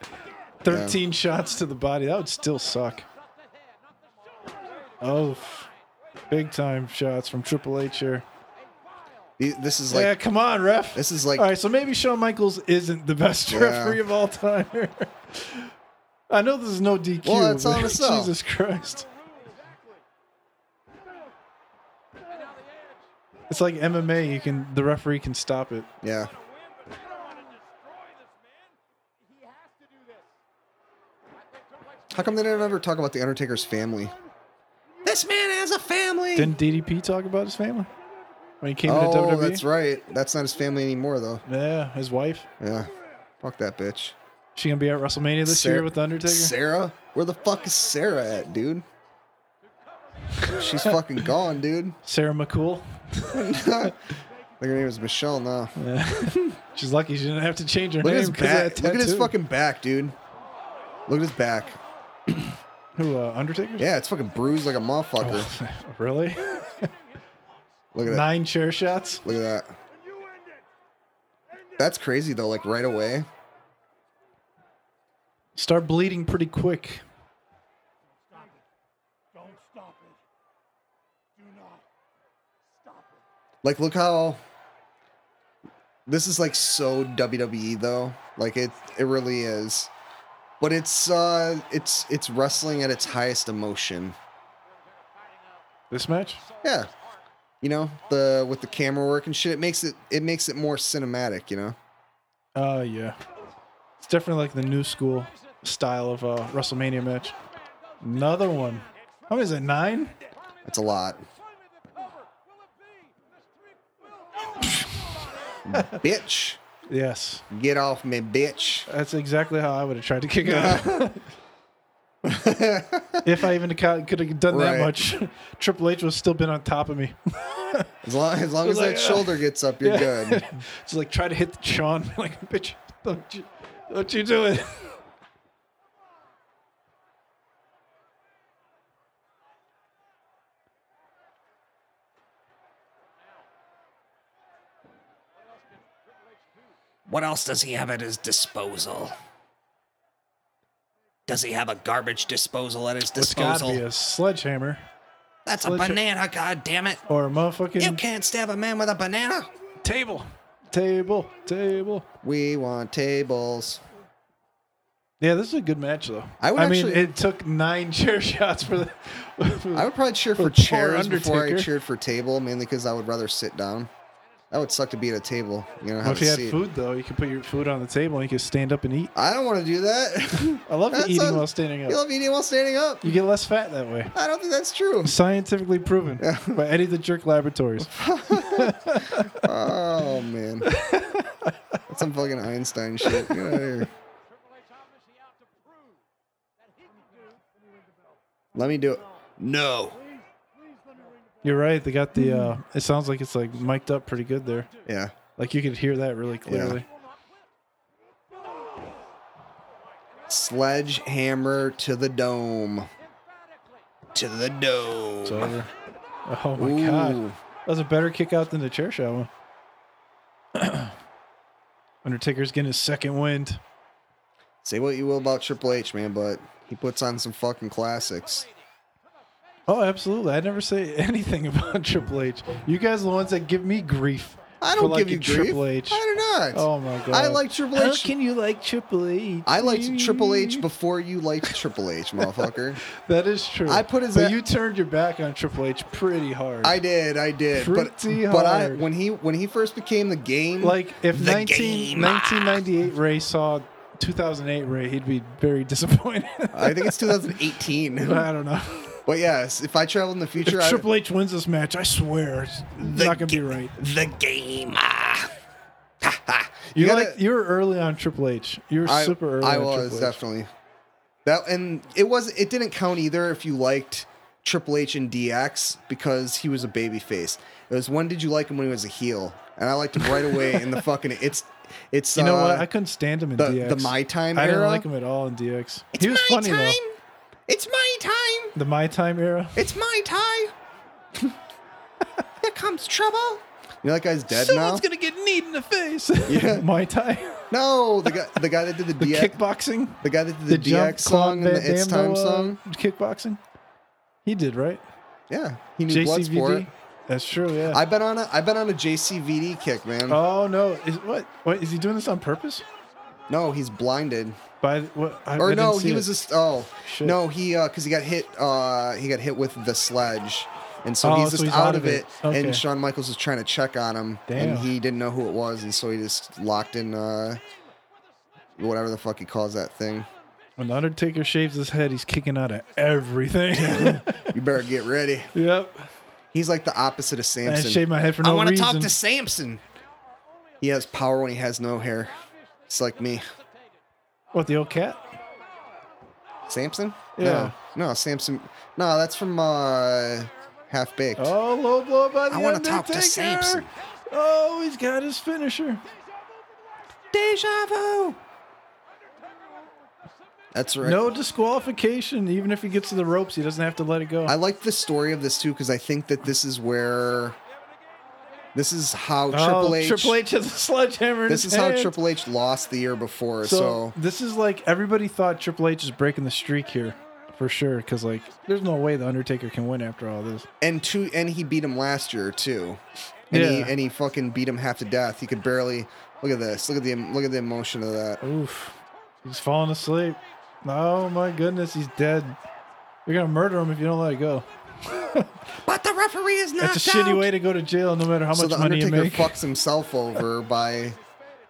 B: <laughs> 13 shots to the body. That would still suck. Oh, f- big time shots from Triple H here.
A: the- this is like
B: yeah, come on, ref.
A: this is like
B: all right, so maybe Shawn Michaels isn't the best
A: Yeah.
B: referee of all time. <laughs> here. I know this is no DQ.
A: Well, that's
B: but
A: on itself.
B: Jesus Christ. It's like MMA. You can the referee can stop it.
A: yeah. How come they didn't ever talk about the Undertaker's family? This man has a family.
B: Didn't DDP talk about his family when he came into
A: oh,
B: WWE?
A: that's right. That's not his family anymore, though.
B: Yeah, his wife.
A: Yeah. Fuck that bitch.
B: She gonna be at WrestleMania this
A: Sarah-
B: year with the Undertaker.
A: Sarah? Where the fuck is Sarah at, dude? She's
B: <laughs>
A: fucking gone, dude.
B: Sarah McCool.
A: I think her name is Michelle now.
B: She's lucky she didn't have to change her
A: Look at
B: name
A: his
B: because of that
A: back. Look at his
B: tattoo.
A: fucking back, dude. Look at his back.
B: who uh, Undertaker.
A: Yeah, it's fucking bruised like a motherfucker.
B: Oh, <laughs> really?
A: Look at that.
B: Nine chair shots.
A: Look at that. That's crazy though. Like right away.
B: Start bleeding pretty quick.
A: Like look how. This is like so WWE though. Like it, it really is. But it's uh, it's it's wrestling at its highest emotion.
B: This match?
A: Yeah. You know, the with the camera work and shit, it makes it it makes it more cinematic, you know.
B: Oh yeah. It's definitely like the new school style of uh, WrestleMania match. Another one. How many is it? Nine?
A: That's a lot. bitch.
B: Yes.
A: Get off me, bitch.
B: That's exactly how I would have tried to kick it out. <laughs> if I even could have done
A: Right.
B: that much, <laughs> Triple H would have still been on top of me. <laughs>
A: As long as long as
B: Like,
A: that
B: uh,
A: shoulder gets up, you're good.
B: Just like try to hit Sean <laughs> like bitch, don't you don't you do it.
C: <laughs> What else does he have at his disposal? Does he have a garbage disposal at his
B: It's gotta be
C: disposal?
B: a sledgehammer
C: That's a
B: Let's-
C: banana, god damn it.
B: or a motherfucking
C: You can't stab a man with a banana.
B: table. Table. Table.
A: We want tables.
B: Yeah, this is a good match though.
A: I would
B: mean,
A: actually-
B: it took nine <laughs> chair shots for the.
A: I
B: <laughs>
A: would probably cheer for
B: poor
A: chairs before I
B: Undertaker.
A: cheered for table, mainly because I would rather sit down. That would suck to be at a table. You know how
B: if
A: to
B: you had
A: see.
B: food though, you could put your food on the table and you could stand up and eat.
A: I don't want to do <laughs>
B: <laughs>
A: that.
B: I love the
A: That's
B: eating
A: a-
B: while standing up.
A: you love eating while standing up.
B: You get less fat that way.
A: I don't think that's
B: <laughs>
A: true.
B: Scientifically proven <laughs> by Eddie the Jerk Laboratories.
A: Oh
B: <laughs>
A: man, that's some fucking Einstein shit. Get outta
B: <laughs>
A: here. Let me do it. No.
B: You're right. They got the. Uh, it sounds like it's like mic'd up pretty good there.
A: Yeah.
B: Like you could hear that really clearly.
A: Sledgehammer to the dome.
C: to the dome.
A: <laughs>
B: It's over. Oh my
A: Ooh.
B: god, that was a better kick out than the chair shot one. <clears throat> Undertaker's getting his second wind.
A: Say what you will about Triple H, man, but he puts on some fucking classics.
B: Oh, absolutely. I never say <laughs> anything about Triple H. You guys are the ones that give me grief.
A: I
B: for
A: don't
B: liking
A: give you grief.
B: Triple H.
A: I do not.
B: Oh my god.
A: I like Triple
B: How
A: H.
B: can you like Triple H?
A: I liked Triple H before you liked Triple
B: <laughs>
A: H, motherfucker.
B: That is true.
A: I put his-
B: But you turned your back on Triple H pretty hard.
A: I did, I did. But
B: Pretty
A: but I
B: hard.
A: when he when he first became the game,
B: like if
C: The
B: 19,
C: game.
B: 1998 Ray saw 2008 Ray, he'd be very <laughs> disappointed.
A: I think
B: <laughs>
A: it's 2018. <laughs>
B: I don't know.
A: but yes, if I travel in the
B: If
A: future, I,
B: Triple H wins this match, I swear it's not gonna be right.
C: The game. Ah. Ha, ha.
B: You
A: gotta-
B: like you were early on Triple H. You were
A: <laughs> I,
B: super early.
A: I
B: on
A: was
B: Triple H.
A: definitely that, and it was it didn't count either if you liked Triple H and DX because he was a baby face. It was when did you like him when he was a heel, and I liked him right away in
B: <laughs>
A: the fucking it's it's
B: You know
A: uh,
B: what? I couldn't stand him in
A: the-
B: DX.
A: the My Time
B: I didn't
A: era?
B: like him at all in DX.
C: It's
B: he was
C: my
B: funny
C: time.
B: though.
C: It's my time.
B: The My Time era.
C: It's my time. Here comes trouble.
A: you know that guy's dead now.
B: Someone's gonna get kneed in the face.
A: Yeah.
B: <laughs> My Time.
A: no, the guy the guy that did the,
B: <laughs> The
A: DX
B: kickboxing.
A: the guy that did
B: The,
A: the,
B: jump
A: DX song
B: Claude
A: and
B: Van
A: the It's
B: Damme,
A: Time
B: uh,
A: song.
B: Kickboxing. He did right.
A: Yeah, he knew Bloodsport.
B: JCVD. That's true. Yeah.
A: I've been on a I've been on a JCVD kick, man.
B: oh no! Is what? What is he doing this on purpose?
A: No, he's blinded.
B: By the- what? I, I
A: or
B: didn't
A: no,
B: see
A: he
B: it.
A: was just oh
B: Shit.
A: no, he uh 'cause because he got hit uh he got hit with the sledge, and so
B: Oh,
A: he's
B: so
A: just
B: he's
A: out of it.
B: Okay.
A: And Shawn Michaels was trying to check on him,
B: Damn.
A: and he didn't know who it was, and so he just locked in uh whatever the fuck he calls that thing.
B: When the Undertaker shaves his head, he's kicking out of <laughs> everything.
A: You better get ready.
B: yep.
A: He's like the opposite of
B: I
A: Samson.
B: shaved my head for
C: I
B: no
C: want to
B: reason.
C: talk to Samson.
A: he has power when he has no hair. It's like me,
B: what the old cat?
A: Samson.
B: Yeah.
A: No, no Samson. No, that's from uh Half Baked.
B: Oh, low blow by the
C: I
B: want
C: wanna talk to Samson.
B: Oh, he's got his finisher.
C: Deja vu.
A: That's right.
B: No disqualification. Even if he gets to the ropes, he doesn't have to let it go.
A: I like the story of this too because I think that this is where this is how Triple
B: oh,
A: H,
B: Triple H has a sledgehammer. in
A: this
B: his
A: is how
B: hand.
A: Triple H lost the year before. So,
B: So, this is like everybody thought Triple H is breaking the streak here, for sure. Because like, there's no way the Undertaker can win after all this.
A: and two and he beat him last year too. And he
B: Yeah.
A: and he fucking beat him half to death. He could barely look at this. Look at the look at the emotion of that.
B: Oof, he's falling asleep. Oh my goodness, he's dead. You're gonna murder him if you don't let it go.
C: But the referee is not.
B: That's a shitty way to go to jail, no matter how
A: So
B: much
A: the
B: money you
A: Undertaker
B: make.
A: fucks himself over by.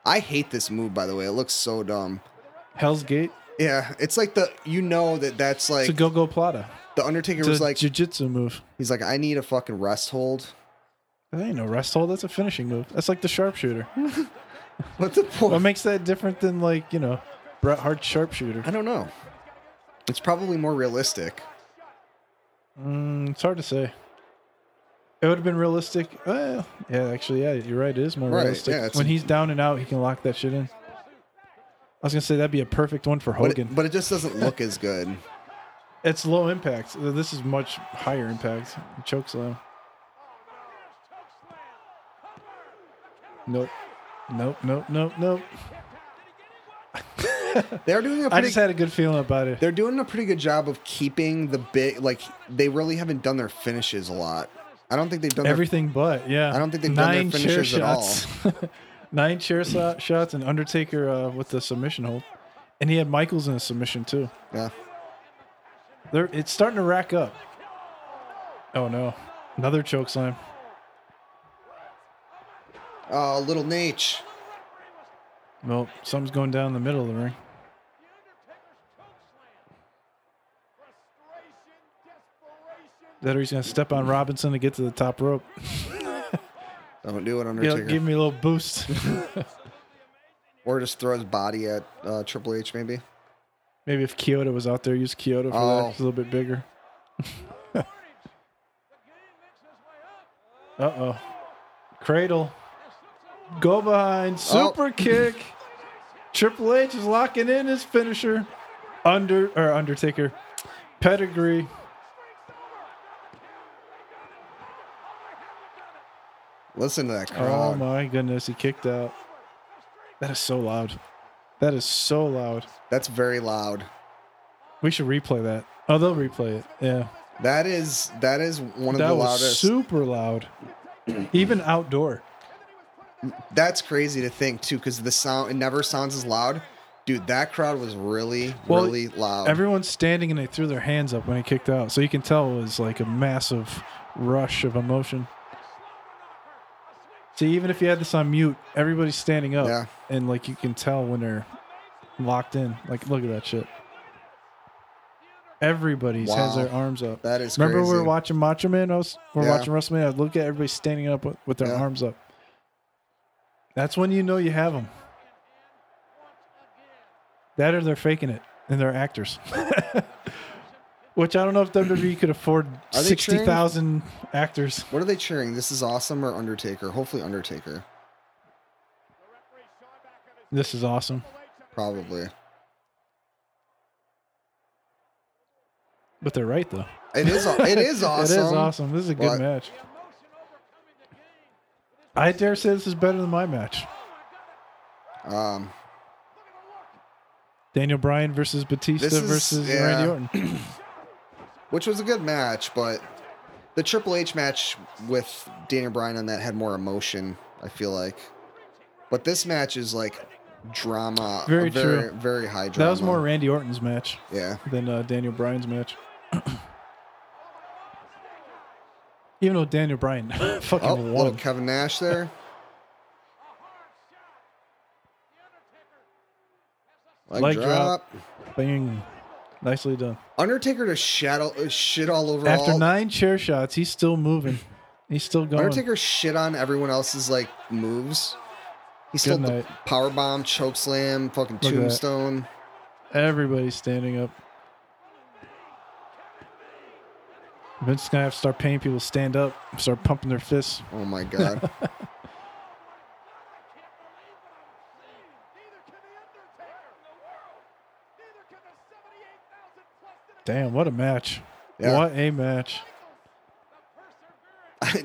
A: I hate this move by the way. It looks so dumb.
B: Hell's Gate
A: Yeah, it's like the you know that that's
B: It's a
A: like
B: Go Go Plata.
A: the Undertaker
B: It's
A: was
B: a
A: like
B: jiu-jitsu move.
A: he's like I need a fucking rest hold. <laughs>
B: That ain't no rest hold. That's a finishing move. That's like the sharpshooter.
A: Hmm. What the point?
B: what makes that different than like you know Bret Hart's sharpshooter?
A: I don't know. It's probably more realistic.
B: Mm, it's hard to say. It would have been realistic. Uh, yeah, actually, yeah, you're right. It is more
A: Right,
B: realistic.
A: yeah, it's-
B: when he's down and out, he can lock that shit in. I was gonna say that'd be a perfect one for
A: But
B: Hogan.
A: it, but it just doesn't look as
B: <laughs>
A: good.
B: it's low impact. Uh, This is much higher impact. Choke slam. Nope. Nope. Nope. Nope. Nope.
A: They're doing a
B: I
A: pretty
B: just had a good feeling about it.
A: they're doing a pretty good job of keeping the big like they really haven't done their finishes a lot. I don't think they've done their,
B: Everything but yeah.
A: I don't think they've done their
B: chair
A: finishes at all.
B: shots. <laughs> Nine chair so- shots and Undertaker uh, with the submission hold, and he had Michaels in a submission too.
A: yeah.
B: They're, it's starting to rack up. Oh no, another choke slam.
A: Uh, little Nate.
B: Well, something's going down the middle of the ring. That or he's gonna step on Robinson to get to the top rope.
A: Don't do it,
B: Yeah,
A: Undertaker.
B: give me a little boost. <laughs>
A: or just throw his body at uh, Triple H, maybe.
B: Maybe if Kyoto was out there, use Kyoto for
A: Oh.
B: that. It's a little bit bigger. <laughs> uh oh. Cradle. Go behind. Super kick. Triple H is locking in his finisher. Under or Undertaker. Pedigree.
A: Listen to that crowd.
B: Oh my goodness, he kicked out. That is so loud. That is so loud.
A: That's very loud.
B: We should replay that. Oh, they'll replay it. Yeah.
A: That is that is one of
B: That
A: the
B: was
A: loudest. <clears throat>
B: super loud. Even outdoor.
A: That's crazy to think too, because the sound it never sounds as loud. Dude, that crowd was really,
B: Well,
A: really loud.
B: Everyone's standing and they threw their hands up when he kicked out. So you can tell it was like a massive rush of emotion. See, even if you had this on mute, everybody's standing up.
A: Yeah.
B: And like you can tell when they're locked in. Like, look at that shit. Everybody's has
A: Wow.
B: their arms up.
A: that is
B: Remember
A: crazy.
B: we were watching Macho Man? I was, we are
A: Yeah.
B: watching WrestleMania. I'd look at everybody standing up with, with their
A: Yeah.
B: arms up. That's when you know you have them. That or they're faking it and they're actors. <laughs> Which I don't know if WWE could afford
A: Are they cheering?
B: 60,000 actors.
A: What are they cheering? This is awesome or Undertaker? Hopefully Undertaker.
B: This is awesome.
A: Probably.
B: But they're right, though.
A: It is aw- it is awesome.
B: <laughs> it is awesome. This is a good
A: But-
B: match. I dare say this is better than my match.
A: Um
B: Daniel Bryan versus Batista
A: This is-
B: versus
A: yeah.
B: Randy Orton.
A: which was a good match, but the Triple H match with Daniel Bryan on that had more emotion, I feel like. But this match is like drama.
B: Very
A: very,
B: true.
A: very high drama.
B: That was more Randy Orton's match
A: Yeah.
B: than uh, Daniel Bryan's match. <clears throat> Even though Daniel Bryan <laughs> fucking
A: Oh, little
B: won.
A: Kevin Nash there. Leg,
B: Leg
A: drop.
B: Bing. Nicely done.
A: Undertaker to shadow, uh, shit all over.
B: After
A: all.
B: nine chair shots, he's still moving. He's still going.
A: Undertaker shit on everyone else's like moves. He still
B: Good
A: the
B: night.
A: power bomb, choke slam, fucking
B: Look at that.
A: tombstone.
B: Everybody's standing up. Vince is going to have to start paying people to stand up, start pumping their fists.
A: Oh my
B: <laughs>
A: god.
B: Damn, what a match.
A: Yeah.
B: What a match.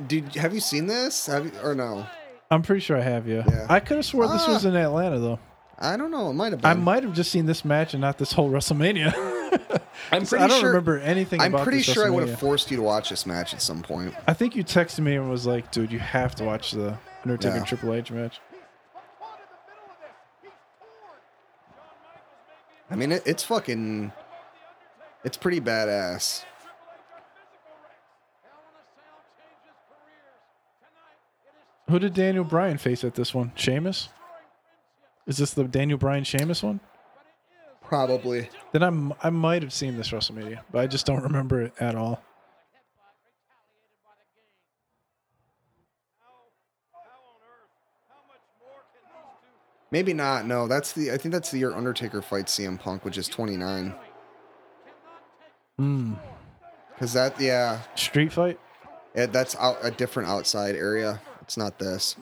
A: Dude, have you seen this? Have you, or no?
B: I'm pretty sure I have you.
A: Yeah.
B: I could have swore this
A: Ah.
B: was in Atlanta, though.
A: I don't know. It might have been.
B: I might have just seen this match and not this whole WrestleMania. <laughs>
A: I'm
B: I don't remember anything.
A: I'm
B: about
A: pretty
B: this
A: sure I would
B: WrestleMania.
A: have forced you to watch this match at some point.
B: I think you texted me and was like, "Dude, you have to watch the Undertaker
A: Yeah.
B: Triple H match."
A: I mean, it, it's fucking. It's pretty badass.
B: Who did Daniel Bryan face at this one? Sheamus. Is this the Daniel Bryan Sheamus one?
A: Probably.
B: Then I'm I might have seen this WrestleMania, but I just don't remember it at all.
A: Maybe not. No, that's the. I think that's the year Undertaker fights CM Punk, which is 29.
B: Hmm.
A: Because that, yeah,
B: Street fight.
A: it, that's out, a different outside area. It's not this.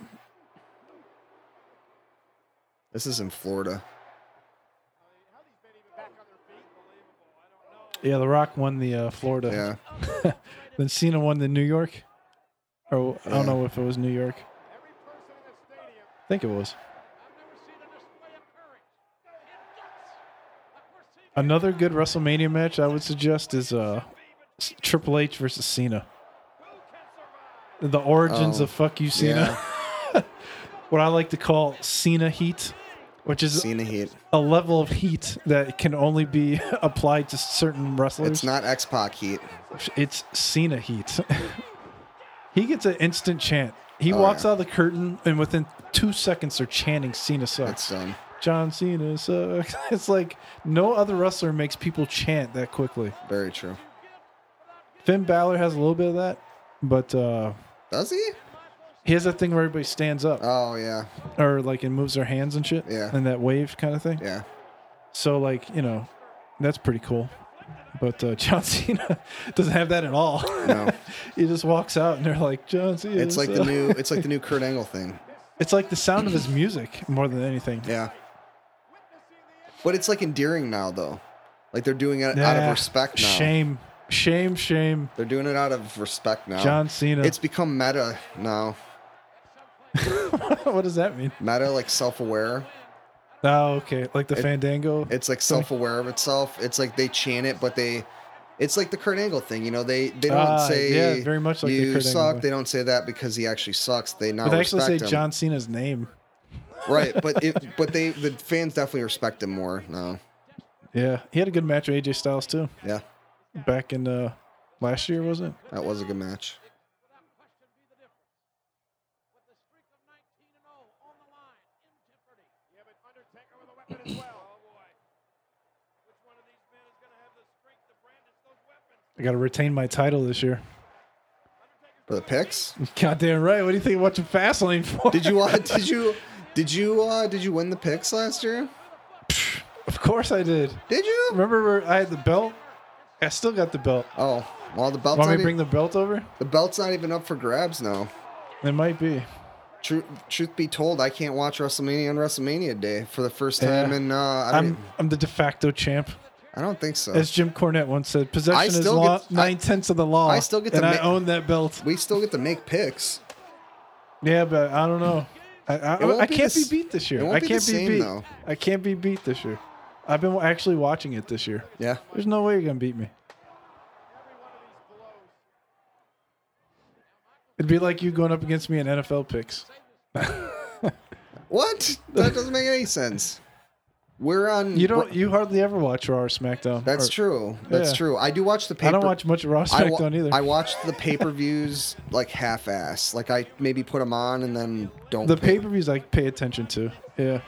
A: This is in Florida.
B: Yeah, The Rock won the uh, Florida.
A: Yeah.
B: Then Cena won the New York, or I
A: Yeah.
B: don't know if it was New York. I think it was. Another good WrestleMania match I would suggest is uh, S- Triple H versus Cena. The origins
A: Oh,
B: of fuck you Cena, <laughs> what I like to call Cena heat, which is
A: Cena heat.
B: a level of heat that can only be <laughs> applied to certain wrestlers.
A: It's not X Pac heat.
B: It's Cena heat. <laughs> he gets an instant chant. He
A: Oh,
B: walks
A: yeah.
B: out of the curtain, and within two seconds, they're chanting Cena
A: That's
B: sucks.
A: dumb.
B: John Cena sucks. <laughs> it's like no other wrestler makes people chant that quickly.
A: Very true.
B: Finn Balor has a little bit of that, but uh,
A: Does he?
B: he has that thing where everybody stands up
A: Oh yeah,
B: or like and moves their hands and shit.
A: Yeah.
B: And that wave kind of thing.
A: yeah.
B: So, like, you know, that's pretty cool. But uh, <laughs> John Cena doesn't have that at all.
A: No.
B: <laughs> he just walks out and they're like, John Cena.
A: It's like the
B: sucks."
A: new. It's like the new Kurt Angle thing.
B: It's like the sound of his music more than anything.
A: Yeah. But it's like endearing now, though. Like they're doing it out of
B: Nah,
A: respect now.
B: Shame, shame, shame.
A: They're doing it out of respect now.
B: John Cena.
A: It's become meta now.
B: <laughs> what does that mean?
A: Meta like self-aware.
B: Oh, okay. Like the Fandango.
A: It's like self-aware of itself. It's like they chant it, but they. It's like the Kurt Angle thing, you know. They they don't
B: Ah,
A: say
B: yeah, very much like the
A: you
B: Kurt Angle
A: suck.
B: thing.
A: They don't say that because he actually sucks. They now
B: but they actually say
A: respect him.
B: John Cena's name.
A: <laughs> right? But it, but they the fans definitely respect him more now.
B: Yeah, he had a good match with AJ Styles too.
A: Yeah,
B: Back in uh, last year, was it?
A: that was a good match.
B: I got to retain my title this year. <laughs>
A: For the picks,
B: Goddamn right. What do you think? I'm Watching Fastlane for? <laughs>
A: did you uh, did you did you uh, did you win the picks last year?
B: Of course I did.
A: Did you?
B: Remember where I had the belt? I still got the belt.
A: Oh, well the belt's
B: Want
A: not e-
B: me
A: even,
B: to bring the belt over?
A: the belt's not even up for grabs now.
B: It might be.
A: Truth, truth be told, I can't watch WrestleMania on WrestleMania day for the first time,
B: Yeah.
A: and uh, I, don't,
B: I'm
A: even-
B: I'm the de facto champ,
A: I don't think so.
B: as Jim Cornette once said. Possession is
A: still
B: law,
A: get- I-
B: nine tenths of the law.
A: I still get to
B: and I
A: ma-
B: own that belt.
A: we still get to make picks.
B: Yeah, but I don't know. I, I,
A: It won't
B: I
A: be
B: can't
A: the s-
B: be beat this year.
A: it won't
B: I
A: be the
B: can't be,
A: same,
B: beat.
A: though.
B: I can't be beat this year. I've been actually watching it this year.
A: Yeah,
B: There's no way you're gonna beat me. It'd be like you going up against me in NFL picks.
A: what? That doesn't make any sense. We're on.
B: You don't. You hardly ever watch Raw or SmackDown.
A: That's
B: or-
A: true. That's
B: Yeah.
A: true. I do watch the. Paper,
B: I don't watch much Raw
A: I wa-
B: SmackDown either.
A: I watched the pay per views like half ass. Like I maybe put them on and then don't.
B: the
A: pay-
B: pay per views I pay attention to. Yeah.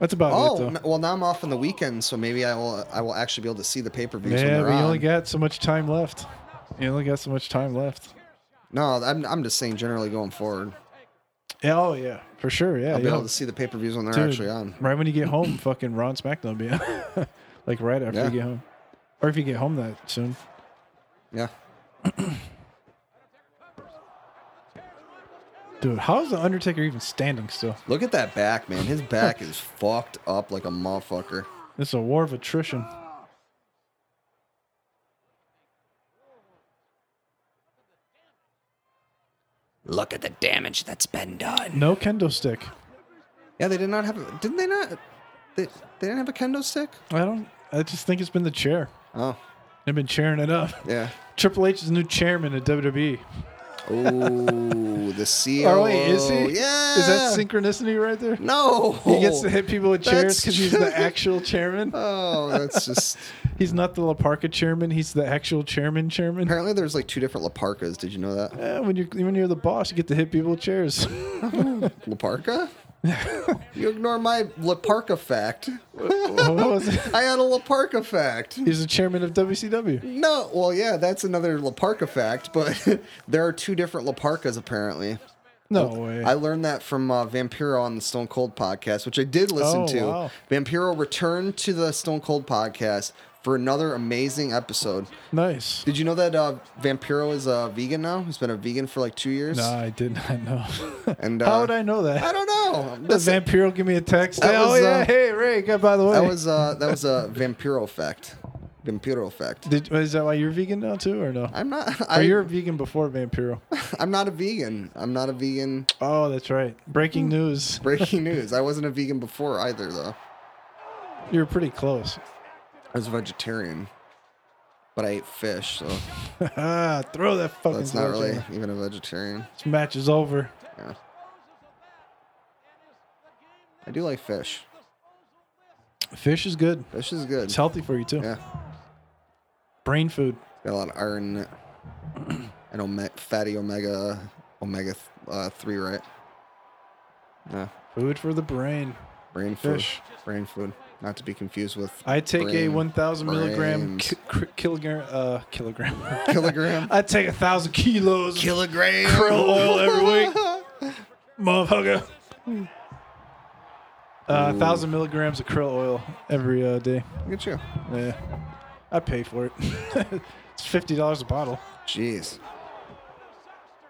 B: That's about it
A: Oh
B: though.
A: n- well, now I'm off on the weekend, so maybe I will. I will actually be able to see the pay per views.
B: yeah,
A: when
B: but
A: they're
B: you
A: on.
B: only got so much time left. You only got so much time left.
A: no, I'm, I'm just saying generally going forward.
B: Yeah, oh yeah, for sure. Yeah,
A: I'll be
B: yeah.
A: able to see the pay per views when they're
B: Dude,
A: actually um, on.
B: Right when you get home, fucking Raw and SmackDown be <laughs> on. like right after
A: Yeah.
B: you get home, or if you get home that soon.
A: Yeah.
B: Dude, how is the Undertaker even standing still?
A: Look at that back, man. His back
B: <laughs>
A: is fucked up like a motherfucker.
B: It's a war of attrition.
C: Look at the damage that's been done.
B: No kendo stick.
A: Yeah, they did not have. A, didn't they not? They, they didn't have a kendo stick.
B: I don't. I just think it's been the chair.
A: Oh
B: They've been cheering it up. <laughs>
A: yeah.
B: Triple H is the new chairman at WWE.
A: Oh,
B: <laughs>
A: the CEO.
B: E. Oh wait, is he?
A: Yeah.
B: Is that synchronicity right there?
A: No.
B: He gets to hit people with chairs
A: That's
B: because he's
A: true.
B: the
A: <laughs>
B: actual chairman.
A: Oh, that's just.
B: He's not the La Parca chairman. He's the actual chairman chairman.
A: Apparently, there's like two different Laparcas. Did you know that?
B: Yeah, when you're when you're the boss, you get to hit people
A: <laughs>
B: with chairs.
A: Laparca? you ignore my Laparca fact.
B: what was it?
A: I had a Laparca fact.
B: He's the chairman of WCW.
A: No, well, yeah, that's another Laparca fact, but <laughs> there are two different Laparcas apparently.
B: No way.
A: I learned that from uh, Vampiro on the Stone Cold podcast, which I did listen
B: Oh,
A: to.
B: wow.
A: Vampiro returned to the Stone Cold podcast for another amazing episode.
B: nice.
A: Did you know that uh, Vampiro is a vegan now? He's been a vegan for like two years.
B: No, I did not know.
A: <laughs>
B: <laughs>
A: And uh,
B: How would I know
A: I
B: that?
A: don't
B: <laughs>
A: know.
B: The
A: That's it.
B: Vampiro give me a text.
A: That
B: oh
A: was,
B: yeah,
A: uh,
B: hey Ray. Good by the way.
A: That was uh, that was a Vampiro effect. Vampiro effect.
B: Did, is that why you're vegan now too, or no?
A: I'm not.
B: or
A: I,
B: you were vegan before Vampiro?
A: <laughs> I'm not a vegan. I'm not a vegan.
B: Oh, that's right.
A: Hmm.
B: Breaking news. <laughs>
A: Breaking news. I wasn't a vegan before either, though.
B: You were pretty close. <laughs>
A: I was a vegetarian, but I ate fish, so
B: ah, throw that fucking.
A: that's not
B: torch
A: really
B: away.
A: even a vegetarian.
B: This match is over.
A: Yeah. I do like fish.
B: Fish is good.
A: Fish is good.
B: It's healthy for you too.
A: Yeah,
B: Brain food.
A: got a lot of iron in it. <clears throat> And ome- fatty omega, omega uh, three, right? Yeah,
B: Food for the brain.
A: brain food.
B: Fish.
A: Brain food, not to be confused with
B: I take a
A: Brain-
B: 1,000 milligram
A: brains.
B: ki- cr- kilogram. Uh, kilogram. <laughs>
A: kilogram.
B: <laughs> I take a thousand kilos. of
A: kilogram.
B: krill oil every
A: <laughs>
B: week, motherfucker. Uh, A
A: Ooh.
B: thousand milligrams of krill oil every uh, day.
A: Look at you.
B: Yeah, I pay for it. <laughs> it's fifty dollars a bottle.
A: Jeez,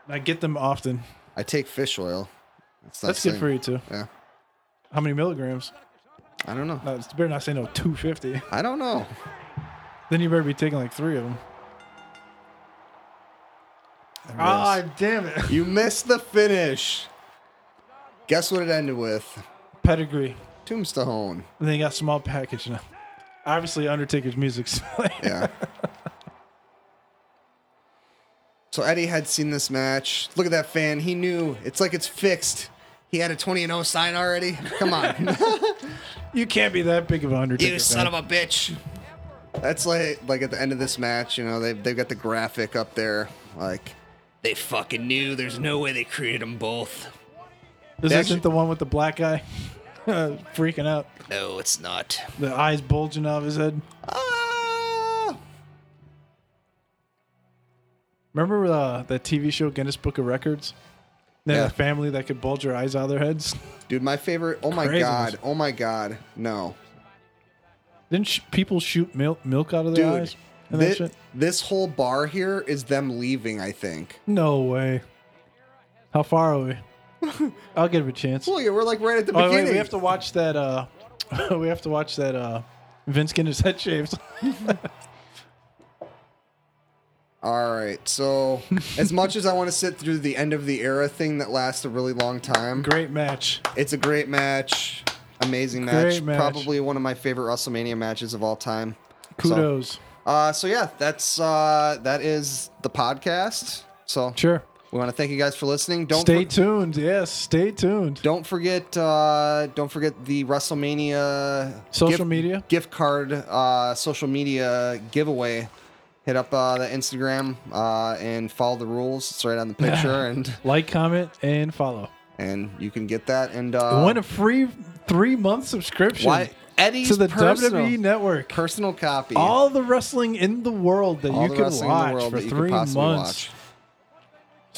B: And I get them often.
A: I take fish oil. It's not
B: That's good
A: saying-
B: for you too.
A: Yeah,
B: How many milligrams?
A: I don't know.
B: No, it's better not say no 250.
A: I don't know.
B: Then you better be taking like three of them.
A: I missed.
B: Ah, damn it.
A: you missed the finish. Guess what it ended with?
B: Pedigree.
A: Tombstone.
B: And then you got small package now. Obviously, Undertaker's <laughs> music's like,
A: Yeah. so Eddie had seen this match. Look at that fan. He knew. It's like it's fixed. He had a 20 and 0 sign already. Come
B: <laughs>
A: on.
B: you can't be that big of an Undertaker.
A: you son of a bitch. That's like like at the end of this match, you know, they've they've got the graphic up there. Like they fucking knew there's no way they created them both.
B: a. This
A: They
B: isn't
A: actually-
B: the one with the black guy <laughs> uh, freaking out,
A: No, it's not.
B: the eyes bulging out of his head.
A: Ah!
B: Remember uh, that TV show Guinness Book of Records? They had
A: Yeah.
B: a family that could bulge their eyes out of their heads.
A: Dude, my favorite. Oh my
B: Crazy.
A: god. Oh my god. No.
B: Didn't sh- people shoot milk milk out of their
A: Dude.
B: eyes? And that
A: This,
B: shit?
A: this whole bar here is them leaving, I think.
B: No way. How far are we?
A: <laughs>
B: I'll give it a chance.
A: Well, yeah, we're like right at the
B: Oh, wait,
A: beginning.
B: we have to watch that. Uh, <laughs> we have to watch that. Uh, Vince Skinner's head shaves.
A: All right.
B: <laughs>
A: So, as much as I want to sit through the end of the era thing that lasts a really long time,
B: Great match.
A: It's a great match. Amazing match.
B: Great match.
A: Probably one of my favorite WrestleMania matches of all time. So,
B: Kudos.
A: uh, so yeah, that's uh, that is the podcast. So
B: Sure.
A: we want to thank you guys for listening. Don't
B: stay
A: for-
B: tuned. Yes, stay tuned.
A: don't forget uh, don't forget the WrestleMania
B: Social
A: gift-
B: media?
A: gift card uh, social media giveaway. Hit up uh, the Instagram uh, and follow the rules. It's right on
B: <laughs>
A: the picture, and
B: Like, comment, and follow.
A: and you can get that. And uh,
B: Win a free three month subscription
A: why Eddie's
B: to the
A: personal-
B: WWE Network.
A: personal copy.
B: All the wrestling in the world that
A: All
B: you
A: the
B: could
A: wrestling in the
B: watch
A: world
B: for
A: that you could
B: three months.
A: possibly watch.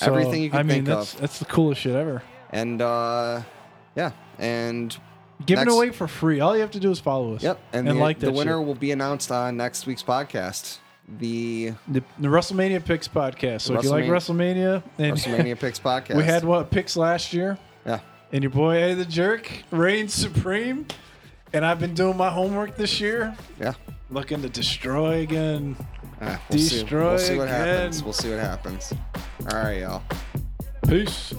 A: Everything you can
B: I mean,
A: think
B: that's,
A: of.
B: That's the coolest shit ever.
A: and uh, yeah, and
B: Giving
A: Next-
B: away for free. All you have to do is follow us.
A: yep, and,
B: and,
A: the,
B: like
A: the
B: that
A: winner
B: shit.
A: will be announced on next week's podcast.
B: <laughs>
A: The
B: The, the WrestleMania picks podcast. So if you like WrestleMania, and
A: WrestleMania Picks podcast.
B: <laughs> we had what picks last year,
A: yeah,
B: and your boy Eddie the Jerk reigns supreme. And I've been doing my homework this year,
A: yeah.
B: looking to destroy again.
A: Ah, we'll, see, we'll
B: Destroy
A: see what
B: again.
A: happens. We'll see what happens. All right, y'all.
B: Peace.